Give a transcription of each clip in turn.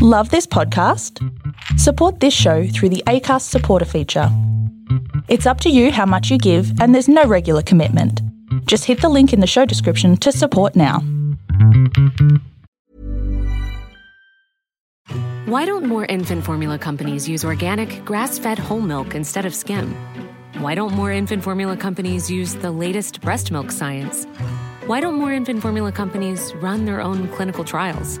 Love this podcast? Support this show through the ACAST supporter feature. It's up to you how much you give, and there's no regular commitment. Just hit the link in the show description to support now. Why don't more infant formula companies use organic, grass fed whole milk instead of skim? Why don't more infant formula companies use the latest breast milk science? Why don't more infant formula companies run their own clinical trials?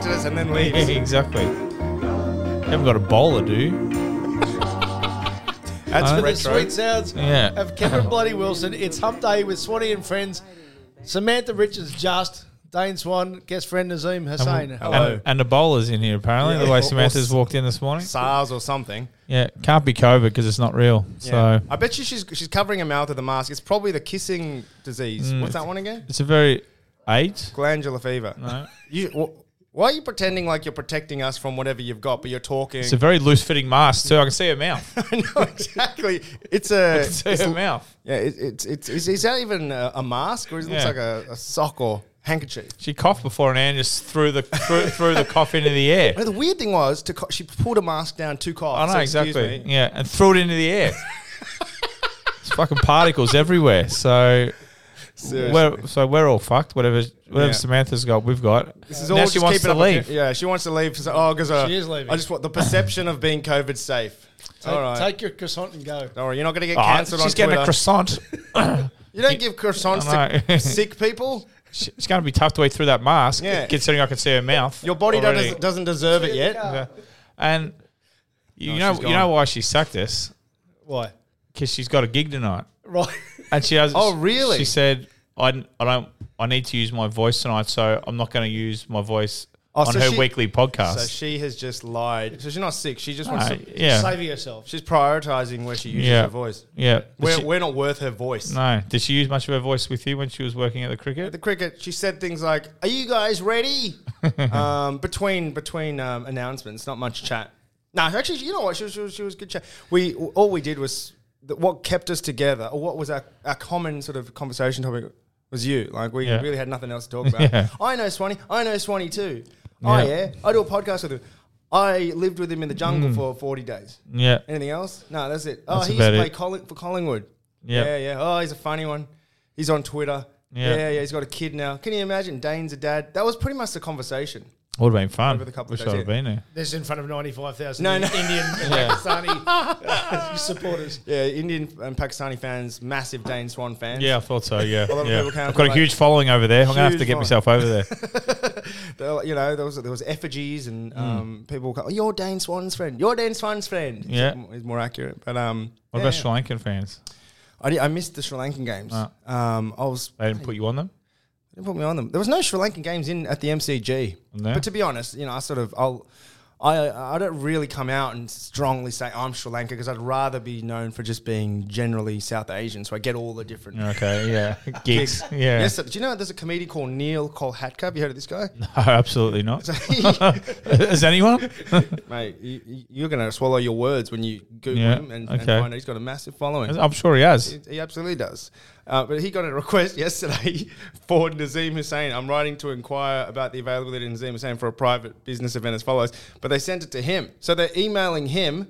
and then Yeah, leaves. exactly. Haven't got a bowler, do you? That's Uh, for the retro. sweet sounds Yeah. of Kevin Bloody Wilson. It's Hump Day with Swanee and friends. Samantha Richards, just Dane Swan, guest friend Nazim Hussain. Hello. And, and the bowler's in here apparently. Yeah. the way Or- or Samantha's s- walked in this morning. SARS or something. Yeah, can't be COVID because it's not real. Yeah. So I bet you she's she's covering her mouth with a mask. It's probably the kissing Mm. disease. What's that one again? it's a very eight. Glandular fever. No. You, wh- why are you pretending like you're protecting us from whatever you've got, but you're talking? It's a very loose fitting mask too. I can see her mouth. I I know exactly. It's a. can see it's her l- mouth. Yeah, it, it's it's is, is that even a, a mask or is it looks Yeah. like a, a sock or handkerchief? She coughed before and Anne just threw the threw, threw the cough into the air. No, the weird thing was to co- she pulled a mask down two I coughs. know so excuse exactly. me. Yeah, and threw it into the air. it's fucking particles everywhere. So Mm. Seriously. we're so we're all fucked. Whatever whatever Yeah. Samantha's got, we've got. This is now all she just wants keeping to up with leave. it. Yeah, she wants to leave. 'cause- Oh, because uh, She is leaving. I just want the perception of being COVID safe. Take, all right. take your croissant and go. Don't worry, you're not going to get Oh, cancelled on she's getting Twitter. a croissant. you don't give croissants I to know. sick people. She- It's going to be tough to eat through that mask, Yeah. considering I can see her mouth. Your body already. doesn't, doesn't deserve it yet. Yeah. And you Oh, know, she's you gone. know why she sucked us? Why? Because she's got a gig tonight, Right. and she has. Oh, really? She said, "I, I don't. I need to use my voice tonight, so I'm not going to use my voice Oh, on so her she- weekly podcast." So she has just lied. So she's not sick. She just wants. Uh, to, yeah, Savor yourself. She's prioritizing where she uses Yeah. her voice. yeah. Did We're, she- we're not worth her voice. no, did she use much of her voice with you when she was working at the cricket? the cricket, she said things like, "Are you guys ready?" um, between between um, announcements, not much chat. No, actually, you know what? She was, she was, she was good chat. We all we did was that what kept us together, or what was our, our common sort of conversation topic was you. Like we Yeah. really had nothing else to talk about. Yeah. I know Swanee. I know Swanee too. Oh Yeah. yeah, I do a podcast with him. I lived with him in the jungle Mm. for forty days. Yeah. Anything else? No, that's it. Oh, That's he used to about play it. Colli- for Collingwood. Yeah. Yeah, yeah. Oh, he's a funny one. He's on Twitter. Yeah. Yeah. yeah, He's got a kid now. Can you imagine? Dane's a dad. That was pretty much the conversation. Would have been fun. Over the couple Wish of days, I'd have yeah. been there. This is in front of 95,000 No, no. Indian and Pakistani supporters. Yeah, Indian and Pakistani fans, massive Dane Swan fans. Yeah, I thought so. Yeah, lot of yeah. people came I've from, got a like- huge following over there. I'm gonna have to Huge get following. myself over there. They were, you know, there was there was effigies Mm. and um, people. Go, oh, you're Dane Swan's friend. You're Dane Swan's friend. Yeah. is more, is more accurate. But um, What yeah, about Sri Lankan fans? I, di- I missed the Sri Lankan games. Ah. Um, I was They didn't put you on them. They put me on them. There was no Sri Lankan games in at the MCG. No? But to be honest, you know, I sort of I'll. I, I don't really come out and strongly say I'm Sri Lanka because I'd rather be known for just being generally South Asian. So I get all the different. Okay, yeah, gigs. Yeah, Yes, do you know there's a comedian called Neil Kolhatka? Have you heard of this guy? No, Oh, absolutely not. No. Is anyone? Mate, you, you- you're going to swallow your words when you Google Yeah, him and, and okay. find out he's got a massive following. I'm sure he has. He absolutely does. Uh, but he got a request yesterday for Nazim Hussain. I'm writing to inquire about the availability of Nazim Hussain for a private business event as follows. But they sent it to him. So they're emailing him,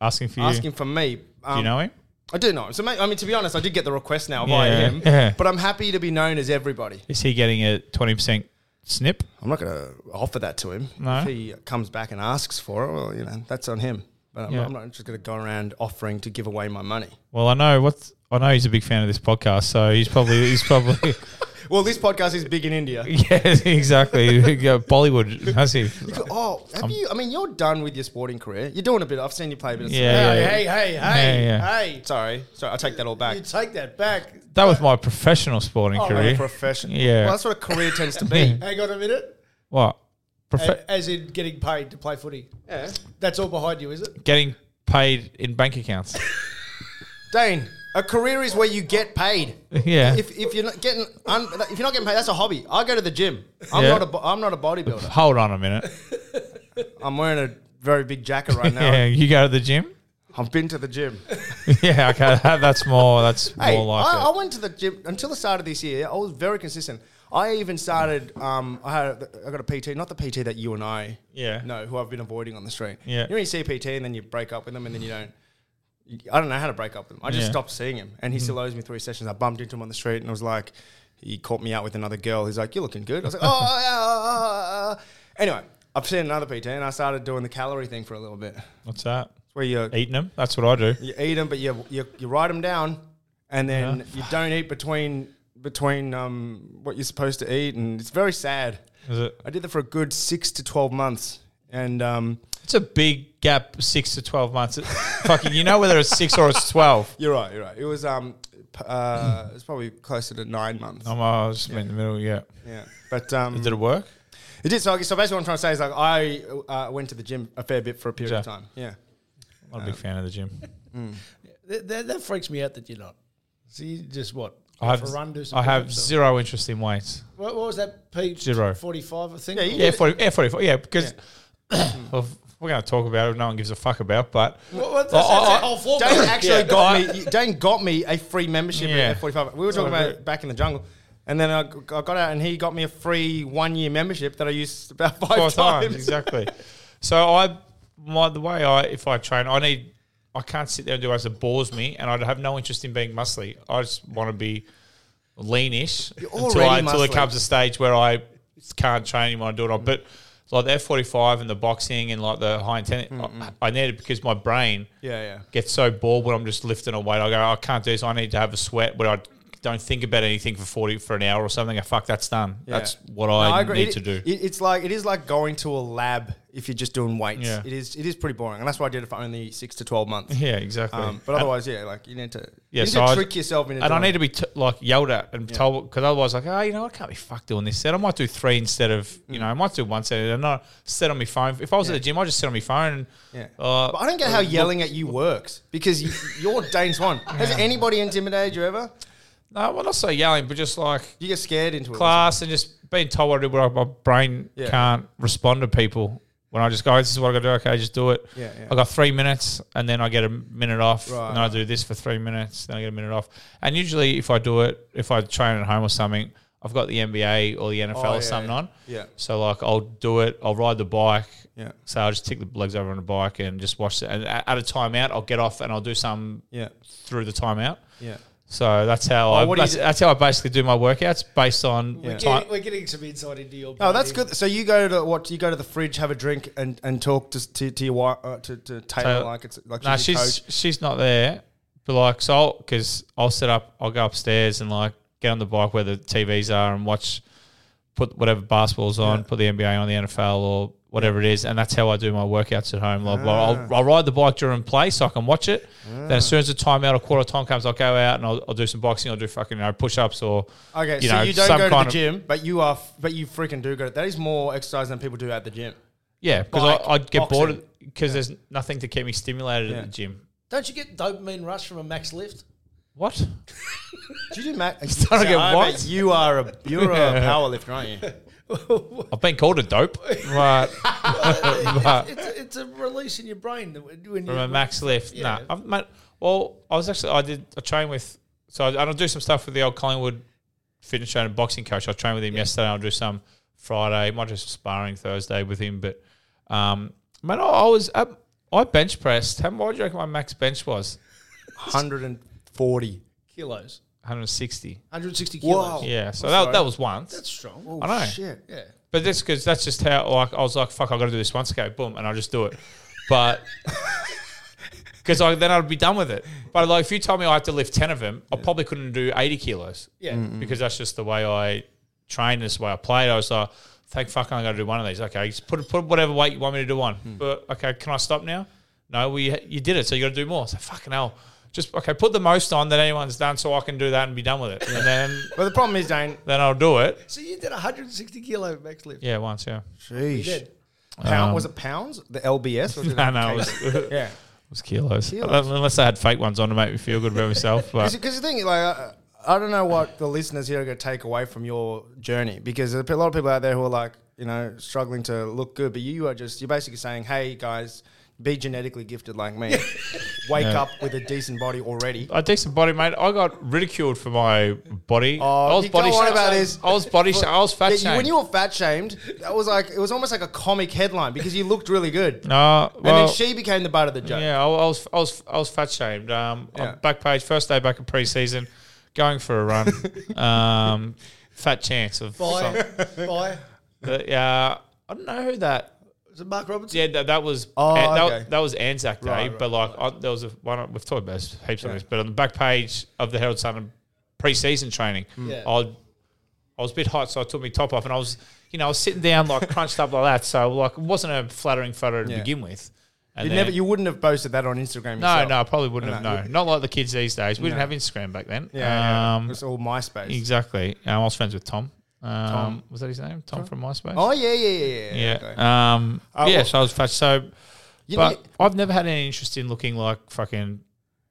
Asking for you. asking for me. Um, Do you know him? I do know him. So, mate, I mean, to be honest, I did get the request now via Yeah, him. yeah. But I'm happy to be known as everybody. Is he getting a 20% snip? I'm not going to offer that to him. No? If he comes back and asks for it, well, you know, that's on him. But I'm, Yeah. not, I'm not just going to go around offering to give away my money. Well, I know what's. I know he's a big fan of this podcast, so he's probably he's probably Well, this podcast is big in India. yes, exactly. Yeah, Bollywood massive. Oh, have you? I mean, you're done with your sporting career. You're doing a bit. I've seen you play a bit of. Yeah, yeah, yeah. hey, hey, hey, Yeah, yeah. hey. Sorry, sorry. I take that all back. You take that back. That was my professional sporting Oh, career. professional. Yeah. Well, that's what a career tends to be. Hang on a minute. what? Profe- A- As in getting paid to play footy. Yeah. That's all behind you, is it? getting paid in bank accounts. Dane, a career is where you get paid. yeah. If, if you're not getting un, if you're not getting paid, that's a hobby. I go to the gym. I'm Yeah. not a bo- I'm not a bodybuilder. Hold on a minute. I'm wearing a very big jacket right now. Yeah, you go to the gym. I've been to the gym. yeah, okay. That, that's more. That's Hey, more like I, I it. went to the gym until the start of this year. I was very consistent. I even started. Um, I had I got a PT, not the PT that you and I Yeah. know, who I've been avoiding on the street. Yeah. you know, you see a PT and then you break up with them and then you don't. you- I don't know how to break up with him. I just Yeah. Mm. stopped seeing him, and he still owes me three sessions. I bumped into him on the street, and I was like, he caught me out with another girl. He's like, "You're looking good." I was like, "Oh." uh, uh, uh, uh." Anyway, I've seen another PT, and I started doing the calorie thing for a little bit. It's What's that? where you Eating them. That's what I do. you eat them, but you you, you write them down, and then you don't eat between between um, what you're supposed to eat, and it's very sad. Is it? I did that for a good six to twelve months, and um, It's a big gap, six to twelve months. It- fucking, you know whether it's six or it's twelve. you're right, you're right. It was um, p- uh, it's probably closer to nine months. I'm, I was just in the middle. Yeah. Yeah, but um, Did it work? it did. So, I guess- so basically, what I'm trying to say is like I uh, went to the gym a fair bit for a period of Yeah. time. Yeah. I'm a big fan of the gym. That, that, that freaks me out that you're not. So you just what? I have, For run, do some I have push-ups or- zero interest in weights. What, what was that? P Zero. forty-five. I think. Yeah, you- Yeah, 40, yeah, 44. Yeah, because of- we're going to talk about it. No one gives a fuck about, but What, what, that's, I- I- that's the whole format. Dane actually Yeah. got me. Dane got me a free membership Yeah. Oh, at F45. We were talking about it back in the jungle, and then I, g- I got out, and he got me a free one-year membership that I used about five, four times. times. exactly. So I, my the way I if I train, I need I can't sit there and do as it bores me, and I have no interest in being muscly. I just want to be leanish until, I, already until it muscly. comes a stage where I can't train anymore and do it on. But like the F forty five and the boxing and like the high intensity, I, I need it because my brain Yeah, yeah. gets so bored when I'm just lifting a weight. I go, I can't do this. I need to have a sweat where I. Don't think about anything for forty for an hour or something. I fuck, that's done. That's what I, No, need It- to do. It, it's like it is like going to a lab if you're just doing weights. Yeah. It is. It is pretty boring, and that's why I did it for only six to twelve months. yeah, exactly. Um, but otherwise, yeah, like you need to, you Yeah, need so to I- trick yourself into. and I doing need to be t- like yelled at and told because otherwise, like, oh, you know, I can't be fucked doing this set. I might do three instead of you know, Mm. I might do one set and not sit on my phone. If I was at the gym, I would just sit on my phone. And, Yeah. uh, but I don't get how yelling at you works because you, you're Dane Swan. Has anybody intimidated you ever? no, well, not so yelling, but just like You get scared into it. class and just being told what to do, but my brain Yeah. can't respond to people. When I just go, this is what I got to do. Okay, just do it. Yeah, yeah. I got three minutes, and then I get a minute off, Right. and then I do this for three minutes, then I get a minute off. And usually, if I do it, if I train at home or something, I've got the NBA or the NFL Oh, yeah, or something yeah. on. Yeah. So like, I'll do it. I'll ride the bike. Yeah. So I'll just take the legs over on the bike and just watch it. And a- at a timeout, I'll get off and I'll do some Yeah. through the timeout. Yeah. So that's how I Oh, what do you that's, do- that's how I basically do my workouts based on We're, time. getting, we're getting some insight into your. Oh, that's good. So you go to what? You go to the fridge, have a drink, and, and talk to to, to your wife, uh, to, to Taylor Taylor. like it's like No, she's, your she's coach. she's not there. But like, so because I'll, set up, I'll go upstairs and like get on the bike where the TVs are and watch, put whatever basketballs on, put the NBA on, the NFL or whatever it is, and that's how I do my workouts at home. Like, well, Ah. I'll, I'll ride the bike during play so I can watch it. Then as soon as the timeout or quarter time comes, I'll go out and I'll, I'll do some boxing. I'll do fucking you know push ups or Okay, so know, you don't some go to kind the of- gym, but you are, f- but you freaking do go. That is more exercise than people do at the gym. yeah, because Bike, I'd get boxing. bored because there's nothing to keep me stimulated at the gym. Don't you get dopamine rush from a max lift? What? Do you do Matt? starting to get I bet what? You are a you're a Yeah. power lifter, aren't you? I've been called a dope, but It's, it's a release in your brain that when you. Uh, from a max lift. Nah, I've mate, well, I was actually I did I train with so I, and I do some stuff with the old Collingwood fitness trainer, and boxing coach. I trained with him yesterday. and I'll do some Friday. Might do some sparring Thursday with him. But um, man, I, I was at, I bench pressed. How what do you reckon my max bench was? Hundred and forty. kilos, 160. 160 Whoa. kilos. Yeah, so that, that was once. That's strong. I know. Shit. Yeah. But that's because that's just how like I was like, fuck, I got to do this once. Okay, boom, and I just do it. But because then I'd be done with it. But like, if you told me I had to lift ten of them, I probably couldn't do eighty kilos. Yeah. because that's just the way I trained. This the way I played. I was like, thank fuck, I'm going to do one of these. Okay, just put put whatever weight you want me to do on. But okay, can I stop now? No, we you did it, so you got to do more. So fucking hell. Just okay, put the most on that anyone's done, so I can do that and be done with it, and then But the problem is, Dane, then I'll do it. So you did 160 kilo max lift. Yeah, once, yeah. You did. pound, was it pounds? The LBS? Was it No, no, Um, it was, it Yeah. was kilos. Kilos. Unless they had fake ones on to make me feel good about myself. But Because the thing, like, I, I don't know what the listeners here are going to take away from your journey because there's a lot of people out there who are like, you know, struggling to look good, but you are just, you're basically saying, hey, guys, be genetically gifted like me. Wake up with a decent body already. a decent body, mate. I got ridiculed for my body. I was Oh, you body go on shamed. about this. I was body shamed. I was fat Yeah, you- shamed. When you were fat shamed, that was like, it was almost like a comic headline because you looked really good. no, well, and then she became the butt of the joke. yeah, I, I was, I was, I was fat shamed. Um, Yeah. on back page, first day back in preseason, going for a run. um, fat chance of. By, some- by, but, uh, I don't know who that. was it Mark Robertson? Yeah, that, that was Oh, An- that, okay. that was Anzac Day. but like, I, there was a one we've talked about this heaps on this, but on the back page of the Herald Sun pre-season training, Mm. Yeah. I I was a bit hot, so I took my top off, and I was you know I was sitting down like crunched up like that, so like it wasn't a flattering photo to Yeah. begin with. And You then- never, you wouldn't have posted that on Instagram. no, yourself. no, I probably wouldn't No. have. No, not like the kids these days. We didn't have Instagram back then. Yeah, yeah. um, it was all MySpace. exactly. Um, I was friends with Tom. Um, was that his name? Tom, from MySpace. Oh yeah, yeah, yeah, yeah. yeah. okay. Oh, Um, yeah. well- so I was fat. So You know- but I've never had any interest in looking like fucking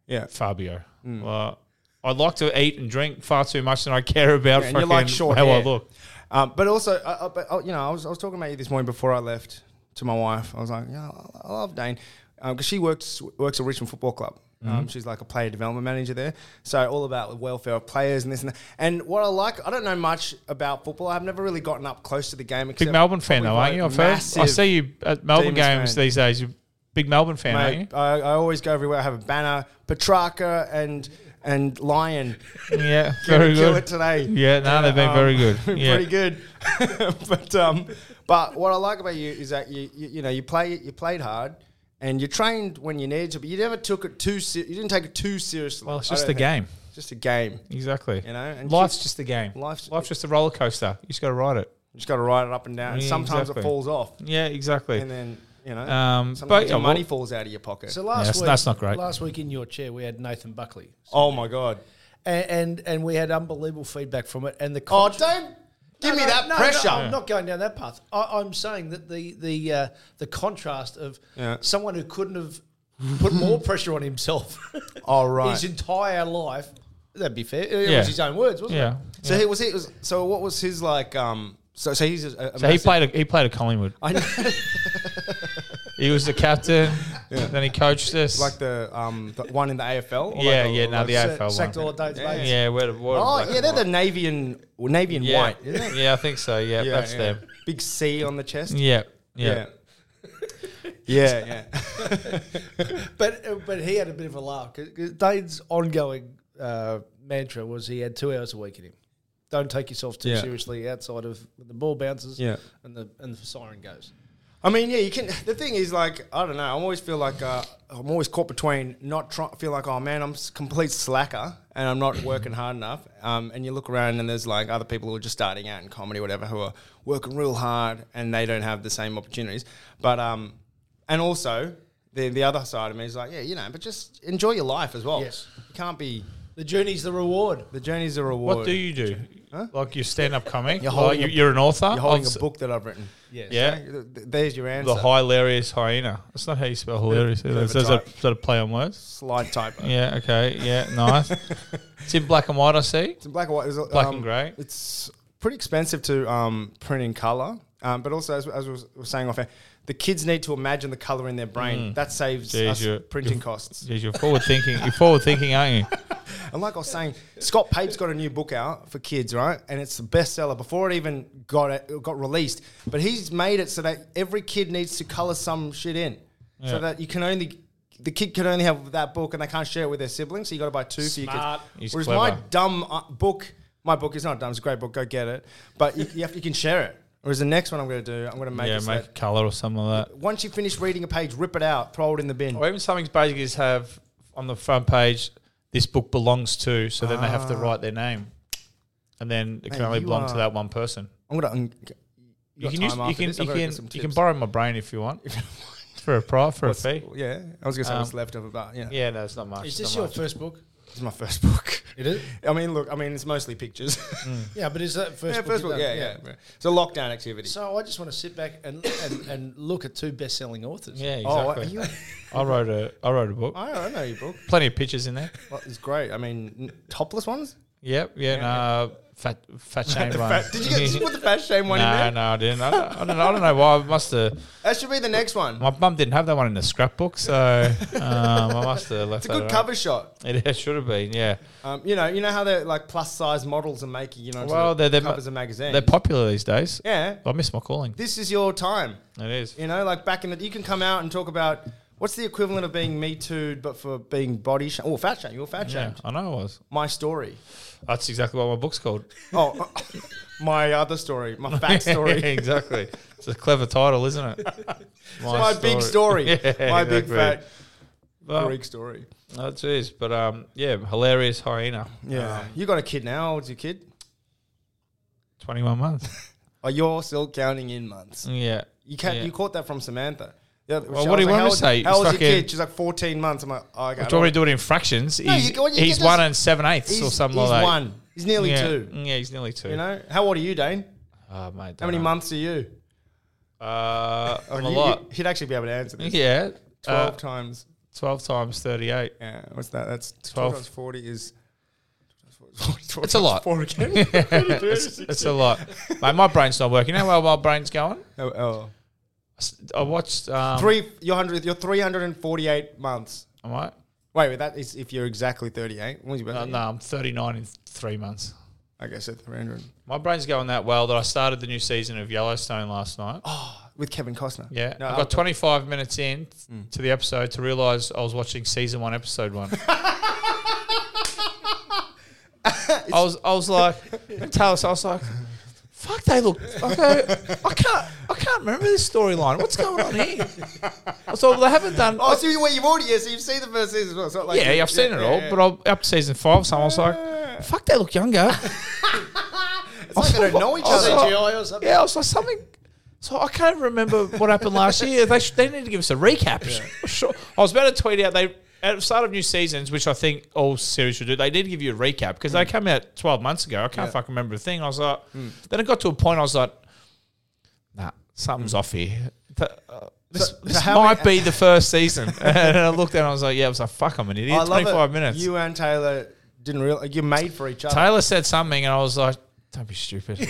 yeah. Mm. Fabio. Well, I like to eat and drink far too much, and I care about Yeah, and you fucking like short how I hair. look. Um, but also, I, I, but, oh, you know, I was, I was talking about you this morning before I left to my wife. I was like, yeah, I- I love Dane because she works works at Richmond Football Club. Mm-hmm. Um, she's like a player development manager there, so all about the welfare of players and this and that. And what I like, I don't know much about football. I've never really gotten up close to the game. Big except Melbourne fan though, probably aren't you? by I've heard. I massive- see you at Melbourne Demons games fan. these days. You're a big Melbourne fan, aren't you? Mate, I, I always go everywhere. I have a banner, Petrarca and and Lion. Yeah, Kill- very kill good. it today. Yeah, no, they've been Um, very good. been Yeah. Pretty good. but um, but what I like about you is that you you, you know you play you played hard. And you trained when you needed to, but you never took it too. Se- you didn't take it too seriously. Well, it's I just don't the game. think. It's just a game. You Exactly. know, and life's kids- just a game. life's- Life's just a roller coaster. You just got to ride it. just got to ride it up and down. And Yeah, sometimes exactly. it falls off, Yeah, exactly. and then you know, Um, but sometimes yeah, your well- money falls out of your pocket. So last that's- week, that's not great. Last week in your chair, we had Nathan Buckley, oh my god! and and, and we had unbelievable feedback from it. And the Oh, culture- don't give No, me no, that no, no, pressure. I'm not going down that path. I, I'm saying that the the uh, the contrast of Yeah. someone who couldn't have put more pressure on himself Oh, right. his entire life. That'd be fair. It Yeah. was his own words, wasn't yeah. So he was he was so what was his like um so so he's a, a So he massive- played. A, he played at Collingwood. I know, He was the captain. Then he coached us. like the um the one in the AFL or yeah, like yeah. the, Now the it? Sa- AFL Sacked one. all the days later. Yeah, where the where oh the- yeah they're the navy and well, navy and yeah. white isn't it Yeah, I think so. Yeah, that's yeah. them. big C on the chest Yeah, yeah. yeah yeah, yeah. But uh, but he had a bit of a laugh because Dane's ongoing uh, mantra was he had two hours a week in him. Don't take yourself too Yeah. seriously outside of when the ball bounces Yeah. and the and the siren goes. I mean, yeah, you can. The thing is, like, I don't know. I always feel like uh, I'm always caught between not try, feel like, oh man, I'm a complete slacker and I'm not working hard enough. Um, and you look around and there's like other people who are just starting out in comedy, or whatever, who are working real hard and they don't have the same opportunities. But um, and also the the other side of me is like, yeah, you know, but just enjoy your life as well. Yes. you can't be. The journey's the reward. The journey's a reward. What do you do? Like you stand up comic. You're, holding a- you're an author. You're holding I've a s- book that I've written. Yes. Yeah, Th- th- There's your the answer. hilarious hyena. That's not how you spell hilarious. either. of a Is that type. is that a play on words? slide typo. Yeah. Okay. Yeah. Nice. it's in black and white. I see. It's in black and white. There's a- Black and grey. It's pretty expensive to um, print in color, um, but also as, as we was- we were saying off air, the kids need to imagine the color in their brain. That saves Mm. Jeez, you're- us printing you're- costs. Jeez, you're forward thinking. You're forward thinking, aren't you? And like I was saying, Scott Pape's got a new book out for kids, right? And it's the bestseller before it even got it, it got released. But he's made it so that every kid needs to color some shit in, so that you can only. The kid can only have that book, and they can't share it with their siblings. So you got to buy two for your Smart. kids. He's Whereas my clever. dumb uh, book, my book is not dumb. It's a great book. Go get it. But you, you, have, you can share it. Or is the next one I'm going to do? I'm going to make yeah, it so make color or something like that. that once you finish reading a page, rip it out, throw it in the bin. Or even something's basically just have on the front page, this book belongs to, so then they have to write their name. And then it can Ah. Man, only you belong to are- that one person. I'm going to. You can, use, you, can, you, can, you can borrow my brain if you want. for a price, for a fee. Yeah, I was going to say Um, what's left of it, but yeah, Yeah, no, it's not much. Is it's not this your much. first book? it's my first book. It is. I mean, look, I mean, it's mostly pictures. Mm. Yeah, but is that first yeah, book? first you book. done? Yeah, yeah, yeah. It's a lockdown activity. So I just want to sit back and and, and look at two best-selling authors. Yeah, Oh, exactly. are you- I wrote a I wrote a book. I, I know your book. Plenty of pictures in there. Well, it's great. I mean, n- topless ones. Yep. Yeah. no, fat fat shame one. Fat- Did you get? Did you put the fat shame one in no, there? no, I didn't. I don't, I don't know. I don't know why. I must have. That should be the next one. My mum didn't have that one in the scrapbook, so um, I must have left It's a that. good out. cover shot. It, it should have been. Yeah. Um, you know, you know how they're like plus size models are making. You know, into Well, the they're, they're covers of magazines. They're popular these days. yeah, I miss my calling. this is your time. It is. You know, like back in the, you can come out and talk about what's the equivalent of being me too'd, but for being body shamed. Oh, fat shamed. You're fat Yeah, shamed. I know. I was. My story. That's exactly what my book's called. Oh, my other story. My fat Yeah, story. exactly. It's a clever title, isn't it? my big story. Yeah, my big exactly. fat Well, Greek story. Oh, jeez. But um, yeah, hilarious hyena. Yeah. Um, you got a kid now. How old's your kid? 21 months. Oh, you're still counting in months. yeah. You can't. Yeah. You caught that from Samantha. Yeah, Well, what do you want me to say? How old's your Fucking- kid? She's like 14 months. I'm like, oh, okay. Do you want me to do it in fractions? No, he's you can- you can he's just- one and seven eighths or He's- something he's like that. one. He's nearly yeah. two. Yeah, he's nearly two. You know? How old are you, Dane? oh, mate, How many dunno. months are you? Uh, I'm a You- lot. You, he'd actually be able to answer this. yeah. 12 Uh, times. 12 times 38. Yeah, what's that? That's 12, 12. times 40 is. 12 times It's a lot. Four again. it's, it's a lot. Mate, my brain's not working. You know how well my brain's going? oh, oh. I s- I watched. Um, Three, you're, 100, you're 348 months. Am I? Wait, wait, that is if you're exactly 38. When was your No, Uh, birthday? no, I'm 39 in three months. Okay, so 300. My brain's going that well that I started the new season of Yellowstone last night. With Kevin Costner. Yeah, Oh, No, Mm. I I'll- got 25 minutes in to the episode to realize I was watching season one, episode one. I was, I was like, and Talos, I was like, fuck, they look. I go, I can't, I can't remember this storyline. What's going on here? So they haven't done. Oh, so you, wait, you've already, yeah, so you've seen the first season as well. So like yeah, I've seen it all, yeah, but I'm up to season five. So I was like, fuck, they look younger. It's like they don't know each I was other. like- CGI or something? Yeah, I was like something. So I can't remember what happened last year. They sh- they need to give us a recap. Sure. I was about to tweet out they at the start of new seasons, which I think all series should do. They need to give you a recap because they Mm. came out twelve months ago. I can't fucking remember a thing. I was like, then it got to a point. I was like, nah, something's off here. Th- uh, this, this Mm. how might be the first season. and I looked at it and I was like, yeah, I was like, fuck, I'm an idiot. I love it. 25 minutes. You uh, and Taylor didn't realize, you're made for each other. Taylor said something and I was like, don't be stupid.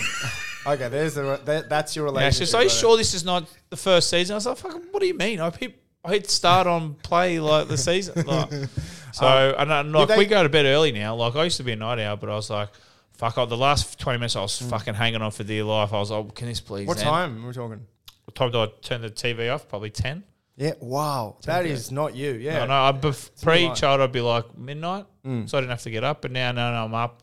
Okay, there's the, re- that, that's your Yeah, relationship. she's like, "Are you right? sure this is not the first season?" I was like, "Fucking, what do you mean? I hit, I hit start on play like the season." Like, so, and, and like Um, they- we go to bed early now. Like I used to be a night owl, but I was like, "Fuck!" Oh, the last twenty minutes, I was fucking hanging on for dear life. I was like, oh, "Can this please?" Mm. What end? time we're talking? What time did I turn the TV off? Probably ten. Yeah, wow. That is not you. Yeah. Mm. I know. I bef- pre-child, I'd be like midnight, so I didn't have to get up. But now, no, no, I'm up.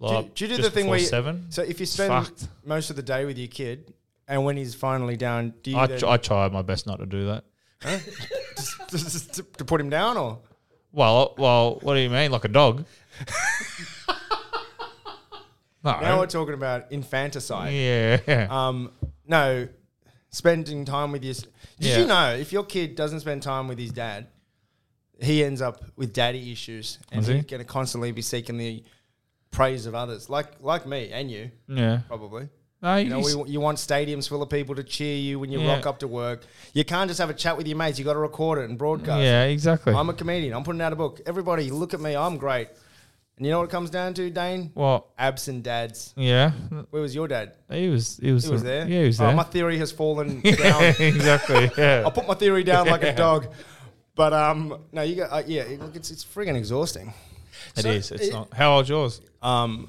Do, Like, do you do just the thing before where you, seven? So if you It's spend fucked. most of the day with your kid, and when he's finally down, do you I, then- tr- I try my best not to do that. just to, to put him down or? Well, well, what do you mean? Like a dog? no. Now we're talking about infanticide. yeah. Um, no, spending time with your. s- Did Yeah. you know if your kid doesn't spend time with his dad, he ends up with daddy issues, and Does he? he's going to constantly be seeking the praise of others, like like me and you yeah. probably. No, You know, he's- we, you want stadiums full of people to cheer you when you Yeah. rock up to work. You can't just have a chat with your mates. You got to record it and broadcast. yeah, exactly. uh, I'm a comedian. I'm putting out a book. Everybody, look at me. I'm great. And you know what it comes down to, Dane? what? Absent dads. Yeah. Where was your dad? He was. He was. He was the- there. Yeah, he was Oh, there. my theory has fallen down. exactly. Yeah. I'll put my theory down like a dog. But um, no, you got uh, yeah. It, look, it's it's friggin' exhausting. It is. It's not. How old's yours? Um,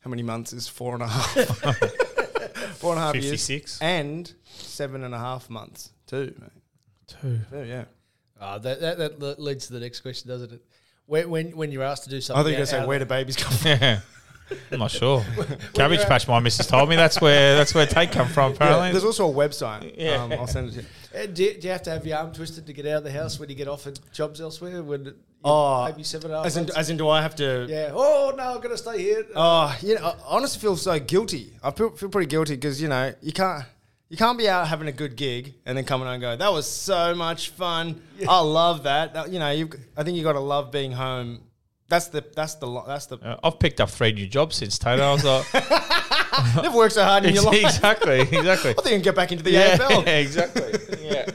how many months is four and a half? four and a half years. 56. And seven and a half months too. Mate. Two. Two, yeah. Ah, that, that that le- leads to the next question, doesn't it? When when, when you're asked to do something, I thought you were going to out- say out- where do babies come from? Yeah. I'm not sure. Cabbage Patch, my missus told me that's where that's where take come from. Apparently, There's also a website. Yeah. Um, I'll send it to you. And do, you, do you have to have your arm twisted to get out of the house when you get offered jobs elsewhere? When Oh, maybe seven hours. As in, as in, do I have to? yeah. Oh no, I'm gonna stay here. Oh, you know, I honestly feel so guilty. I feel, feel pretty guilty because you know you can't you can't be out having a good gig and then coming home and go, that was so much fun. I love that. That- You know, you I think you got to love being home. That's the that's the lo- that's the. Uh, I've picked up three new jobs since Taylor. I was like, Never worked so hard in your life. exactly, exactly. I think you can get back into the yeah, AFL. exactly. Yeah,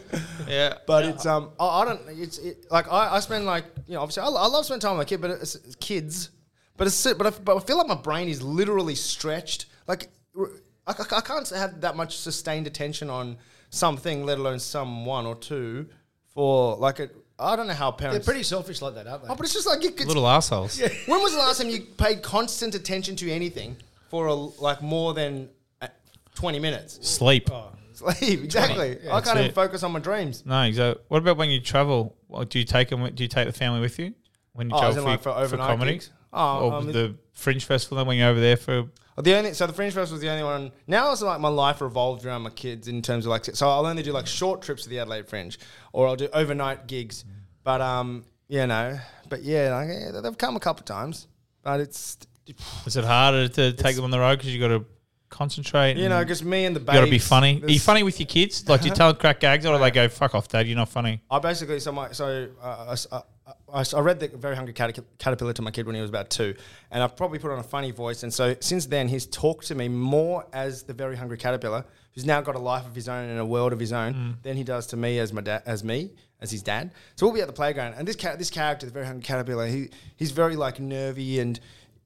yeah. But it's um, I, I don't. It's it, like I, I spend like you know, obviously I, lo- I love spending time with my kid, but it's, it's kids. But it's but I, but I feel like my brain is literally stretched. Like r- I, I- I can't have that much sustained attention on something, let alone someone or two. For like it, I don't know how They're parents. pretty selfish like that, aren't they? Oh, but it's just like it, it's, Little assholes. when was the last time you paid constant attention to anything for a, like more than uh, twenty minutes? Sleep. Oh. Sleep exactly. I That's can't even it. focus on my dreams. No, exactly. What about when you travel? Well, Do you take 'em with- Do you take the family with you when you Oh, as travel in for, like for your- for overnight comedy? gigs? Oh, or um, the Fringe Festival? Then when you're over there for The only so the Fringe Festival was the only one. Now it's like my life revolves around my kids in terms of like so I'll only do like short trips to the Adelaide Fringe or I'll do overnight gigs. But um, you know, but yeah, like, yeah, they've come a couple of times, but it's is it harder to take them on the road because you got to concentrate? you and know because me and the Mm-hmm. you got to be babes, funny. Are you there's- funny with your kids? Like do you tell them crack gags, or do they go fuck off, dad? You're not funny. I basically so my so uh, I, I- I- I read the Very Hungry Catac- Caterpillar to my kid when he was about two, and I've probably put on a funny voice, and so since then he's talked to me more as the Very Hungry Caterpillar, who's now got a life of his own and a world of his own, than he does to me as my dad, as me as his dad. So we'll be at the playground, and this cat, this character, the Very Hungry Caterpillar, he he's very like nervy and.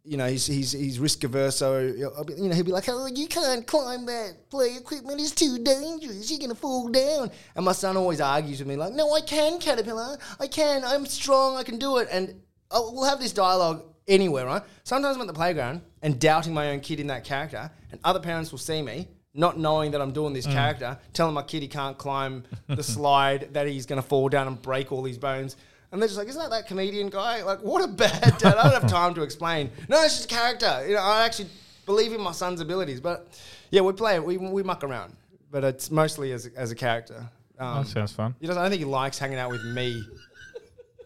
You know he's he's, he's risk averse, so I'll be, you know he'll be like, "Oh, you can't climb that play equipment; it's too dangerous. You're gonna fall down." And my son always argues with me, like, "No, I can, caterpillar. I can. I'm strong. I can do it." And i we'll have this dialogue anywhere, right? Sometimes I'm at the playground and doubting my own kid in that character, and other parents will see me not knowing that I'm doing this character, telling my kid he can't climb the slide, that he's going to fall down and break all his bones. And they're just like, isn't that that comedian guy? Like, what a bad dad. I don't have time to explain. No, it's just character. You know, I actually believe in my son's abilities. But yeah, we play it. We, we muck around. But it's mostly as, as a character. Um, That sounds fun. he doesn't, I don't think he likes hanging out with me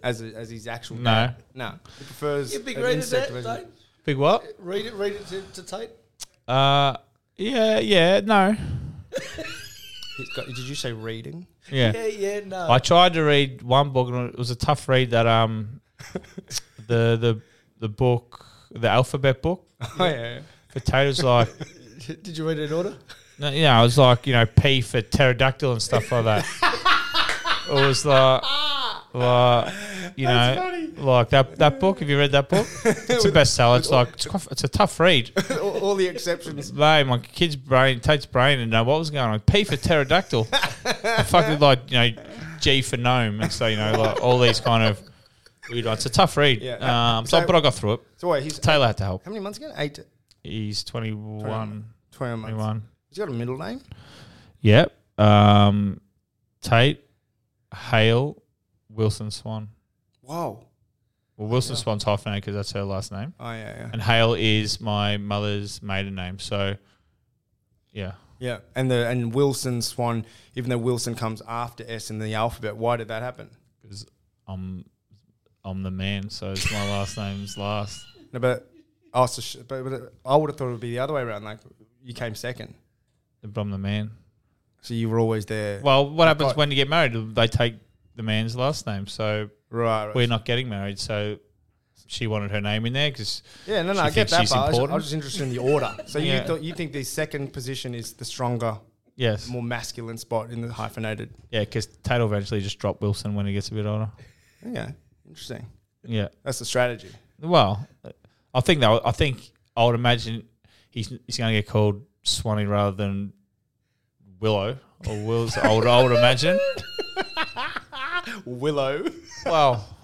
as, a, as his actual No. dad. No. He prefers You'd be an great at insect that, version. Dave. Big what? Read it. Read it to, to Tate. Uh, yeah, yeah, no, He's got- Did you say reading? yeah. Yeah. Yeah. No. I tried to read one book, and it was a tough read. That um, the the the book, the alphabet book. Oh, yeah. Potatoes like, Did you read it in order? no, you know, it was like you know P for pterodactyl and stuff like that. it was like, like you know, like that that book. Have you read that book? It's a bestseller. It's like it's, quite, it's a tough read. all, all the exceptions. Mate, my kid's brain, Tate's brain, and know what was going on. P for pterodactyl, fucking like you know, G for gnome, and so you know, like all these kind of weird ones. It's a tough read. Yeah. Um, so, So- but I got through it. So wait, he's Taylor had to help. how many months again? Eight, He's 21. 21 months. 21. He's got a middle name. Yep. Um, Tate, Hale, Wilson Swan. Wow. Well, Wilson Swan's hyphenated because that's her last name, Oh yeah, yeah, and Hale is my mother's maiden name. So, yeah. yeah. And the and Wilson Swan, even though Wilson comes after S in the alphabet, why did that happen? because I'm I'm the man, so it's my last name's last. No, but oh, so sh- but, but I would have thought it would be the other way around. Like you came second, But I'm the man. so you were always there. Well, what happens Right. when you get married? They take the man's last name, so right, right. we're not getting married. So she wanted her name in there because yeah, no, no, she I get thinks that. she's But I was, I important. was just interested in the order. So Yeah. you thought you think the second position is the stronger, yes, more masculine spot in the hyphenated? yeah, because Tate will eventually just drop Wilson when he gets a bit older. Yeah, interesting. Yeah, That's the strategy. well, I think that I think I would imagine he's he's going to get called Swanee rather than Willow or Wills. I would I would imagine. Willow. Well,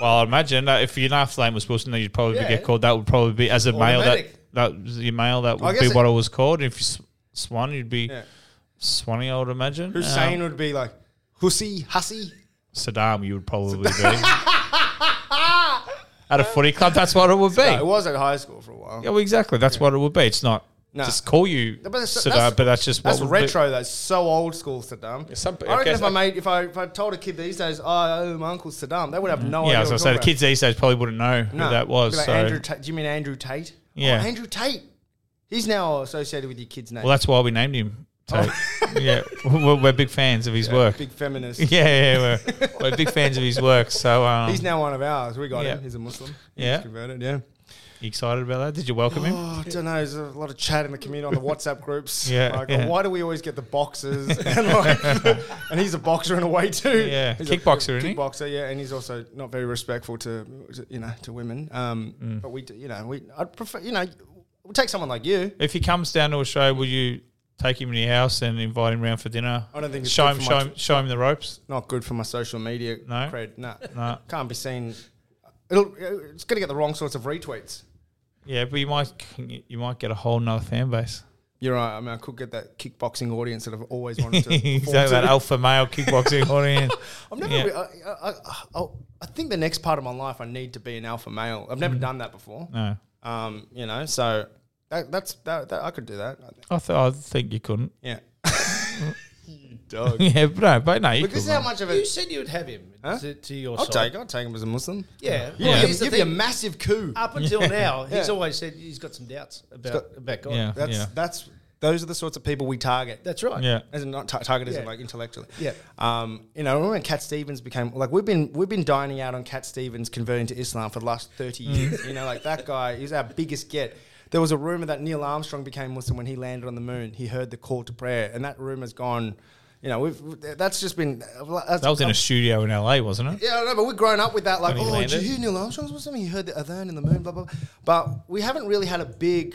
well, I imagine that if your last name was Wilson, then you'd probably Yeah. get called. That would probably be as a male that Automatic. that was your male that would guess be it- what I was called. If you s- Swan, you'd be Yeah. Swanee. I would imagine Hussein Um, would be like hussy, hussy. Saddam. You would probably be. at a footy club, that's what it would be. it was at high school for a while. Yeah, well, exactly. That's what it would be. It's not No. just call you But that's- Saddam, that's- but that's just what That's would be- retro. That's so old school, Saddam. some- I reckon okay, if I so- made, if I if I told a kid these days, oh, I owe my uncle Saddam, they would have no idea. yeah, I was what gonna say I'm the talking kids these days probably wouldn't know about. who that was. Be like so, Andrew Ta- do you mean Andrew Tate? Yeah. Oh, Andrew Tate. He's now associated with your kid's name. well, that's why we named him. Tate. yeah, we're, we're big fans of his work. big feminist. Yeah, yeah, we're, we're big fans of his work. So, um, He's now one of ours. We got Yeah. him. He's a Muslim. Yeah. He's converted. Yeah. you excited about that? Did you welcome him? Oh, I don't know. There's a lot of chat in the community on the WhatsApp groups. Yeah, Like, oh, yeah. why do we always get the boxers? and, like, and he's a boxer in a way too. Yeah, He's kickboxer, a, isn't he? Kickboxer, yeah. And he's also not very respectful to you know to women. Um, Mm. but we, do- you know, we I'd prefer you know we'll take someone like you. If he comes down to Australia, will you take him to your house and invite him round for dinner? I don't think it's show him, good for show my- him, show him the ropes. Not good for my social media No? cred. No, No. can't be seen. It'll it's gonna get the wrong sorts of retweets. Yeah, but you might you might get a whole nother fan base. You're right. I mean, I could get that kickboxing audience that I've always wanted to. perform exactly to. that alpha male kickboxing audience. I've never. Yeah. re- I, I, I, I, I think the next part of my life, I need to be an alpha male. I've never done that before. Mm. No, Um, you know, so that, that's that, that. I could do that. I think. I, th- I think you couldn't. Yeah. you dog. Yeah, but no, but no, you Look, could. this is how much of You a. said you would have him to, to your I'll side. take. I'll take him as a Muslim. Yeah. Well, Well, Yeah. here's the Give you a thing. massive coup. Up until now, he's Yeah. always said he's got some doubts about about God. Yeah, That's yeah, that's. Those are the sorts of people we target. That's right. yeah. as in not tar- targeted as in Yeah. like intellectually. Yeah. Um, you know, remember when Cat Stevens became like we've been we've been dining out on Cat Stevens converting to Islam for the last thirty years. you know, like that guy he was our biggest get. There was a rumor that Neil Armstrong became Muslim when he landed on the moon. He heard the call to prayer, and that rumor's gone. You know, we've that's just been that's, That was in a studio in LA, wasn't it? yeah, I don't know, but we've grown up with that. Like, When he oh, did landed? you hear Neil Armstrong's was something? He heard the Adhan in the moon, blah, blah, blah. But we haven't really had a big,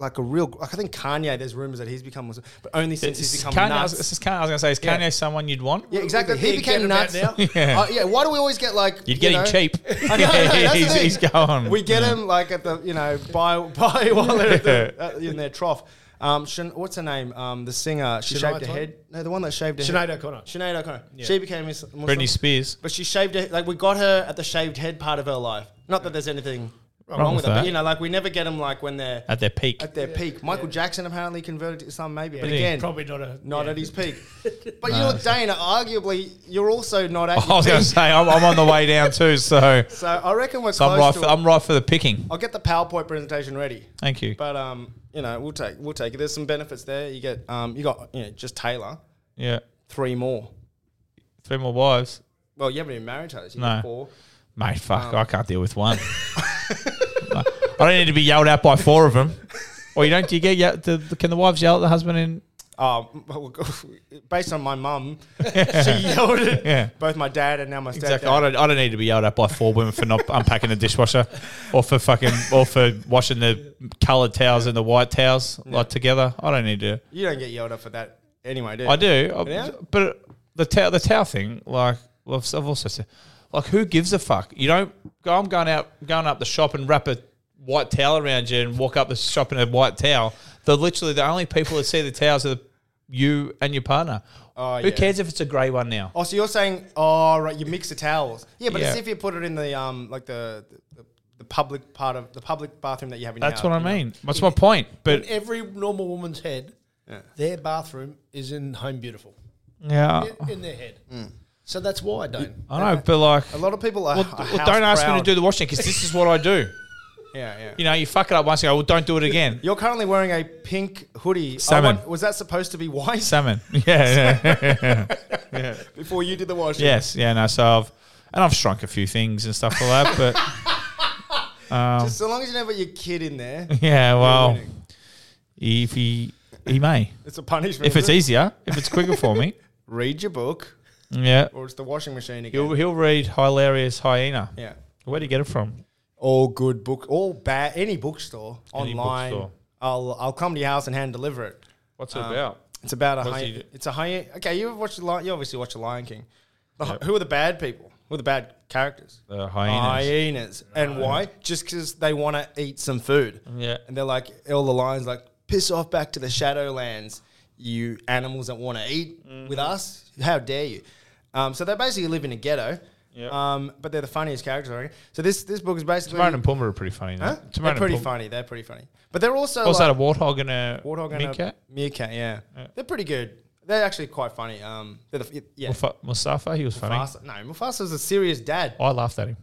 like a real, like I think Kanye, there's rumors that he's become Muslim, but only since he's Is become Kanye, I was, nuts. this is Kanye, I was gonna say, is Kanye someone you'd want? Yeah, exactly. Wouldn't that He be a became get nuts. about now? yeah. Uh, yeah. Why do we always get like You'd get you him know- cheap. I know, that's the he's, thing. he's gone. We get Yeah. him like at the you know buy buy while they're at the, uh, in their trough. Um, Shan, what's her name? Um, the singer. She Shania shaved her Twain? head. No, the one that shaved her. Sinead head. O'Connor. Sinead O'Connor. She became Mus- Muslim. Britney Spears. But she shaved her, like we got her at the shaved head part of her life. Not that there's anything wrong, with that, but you know, like we never get them like when they're at their peak. at their peak. Michael Jackson apparently converted to Islam, maybe, but Did he? again, Probably not a not at his peak. But you know, what, Dana, arguably you're also not at. I your was gonna peak. say I'm, I'm on the way down too, so, So I reckon we're so I'm close right. to. For, I'm right for the picking. I'll get the PowerPoint presentation ready. Thank you. But um, you know, we'll take we'll take it. There's some benefits there. You get um, you got you know just Taylor, Yeah, three more. three more wives, Well, you haven't even married her. So you No. get four. mate. Um. Fuck, I can't deal with one. I don't need to be yelled at by four of them. Or you don't? Do you get? Yell, do, can the wives yell at the husband? And Um, well, based on my mum, she yelled at Yeah. both my dad and now my stepdad. exactly. I don't. I don't need to be yelled at by four women for not unpacking the dishwasher, or for fucking, or for washing the coloured towels and the white towels like together. I don't need to. You don't get yelled at for that anyway, do you? I do, I- Yeah? but the towel, the towel thing, like well, I've I've also said, like who gives a fuck? You don't go. I'm going out, going up the shop and wrap a white towel around you and walk up the shop in a white towel. They're literally the only people that see the towels are the, you and your partner. Oh, who yeah. cares if it's a grey one now? Oh, so you're saying, oh, right, you mix the towels. Yeah, but it's Yeah. if you put it in the um, like the, the the public part of the public bathroom that you have in. your That's house, what I you know? mean. That's my point. But But every normal woman's head, their bathroom is in Home Beautiful, yeah, in, in their head. Mm. So that's why I don't. I know. But like, A lot of people are. well, are well, don't ask me to house-proud. do the washing because this is what I do. Yeah, yeah. You know, you fuck it up once, you go, well, don't do it again. You're currently wearing a pink hoodie. I Salmon. want- was that supposed to be white Salmon. Yeah, yeah. before you did the washing? Yes, yeah, no. So I've and I've shrunk a few things and stuff like that, but Just so long as you never your kid in there, yeah, well, winning. if he he may, it's a punishment. if it's e- isn't it? easier, if it's quicker for me, read your book yeah, or it's the washing machine again. he'll he'll read hilarious hyena. yeah. Where'd he get it from? All good book, all bad, any bookstore Any online. bookstore. I'll I'll come to your house and hand deliver it. What's it Um, about? It's about a What's hyena. he- It's a hyena. Okay, you've watched the Lion. You obviously watched the Lion King. The hy- Who are the bad people? Who are the bad characters? The hyenas. Hyenas. And why? Just because they want to eat some food. Yeah. And they're like, all the lions like, piss off back to the Shadowlands, you Mm-hmm. animals that want to eat with us. How dare you? Um, so they basically live in a ghetto. Yep. Um, but they're the funniest characters, I reckon. So this this book is basically Timon and Pumbaa are pretty funny. though. Huh? Timon They're and pretty Pumbaa. funny. They're pretty funny. But they're also What's like, that? A warthog and a warthog and meerkat? a meerkat. Yeah. they're pretty good. They're actually quite funny. Um, they're the, yeah. Mufa- Mustafa, he was funny. Mufasa. No, Mufasa's a serious dad. I laughed at him.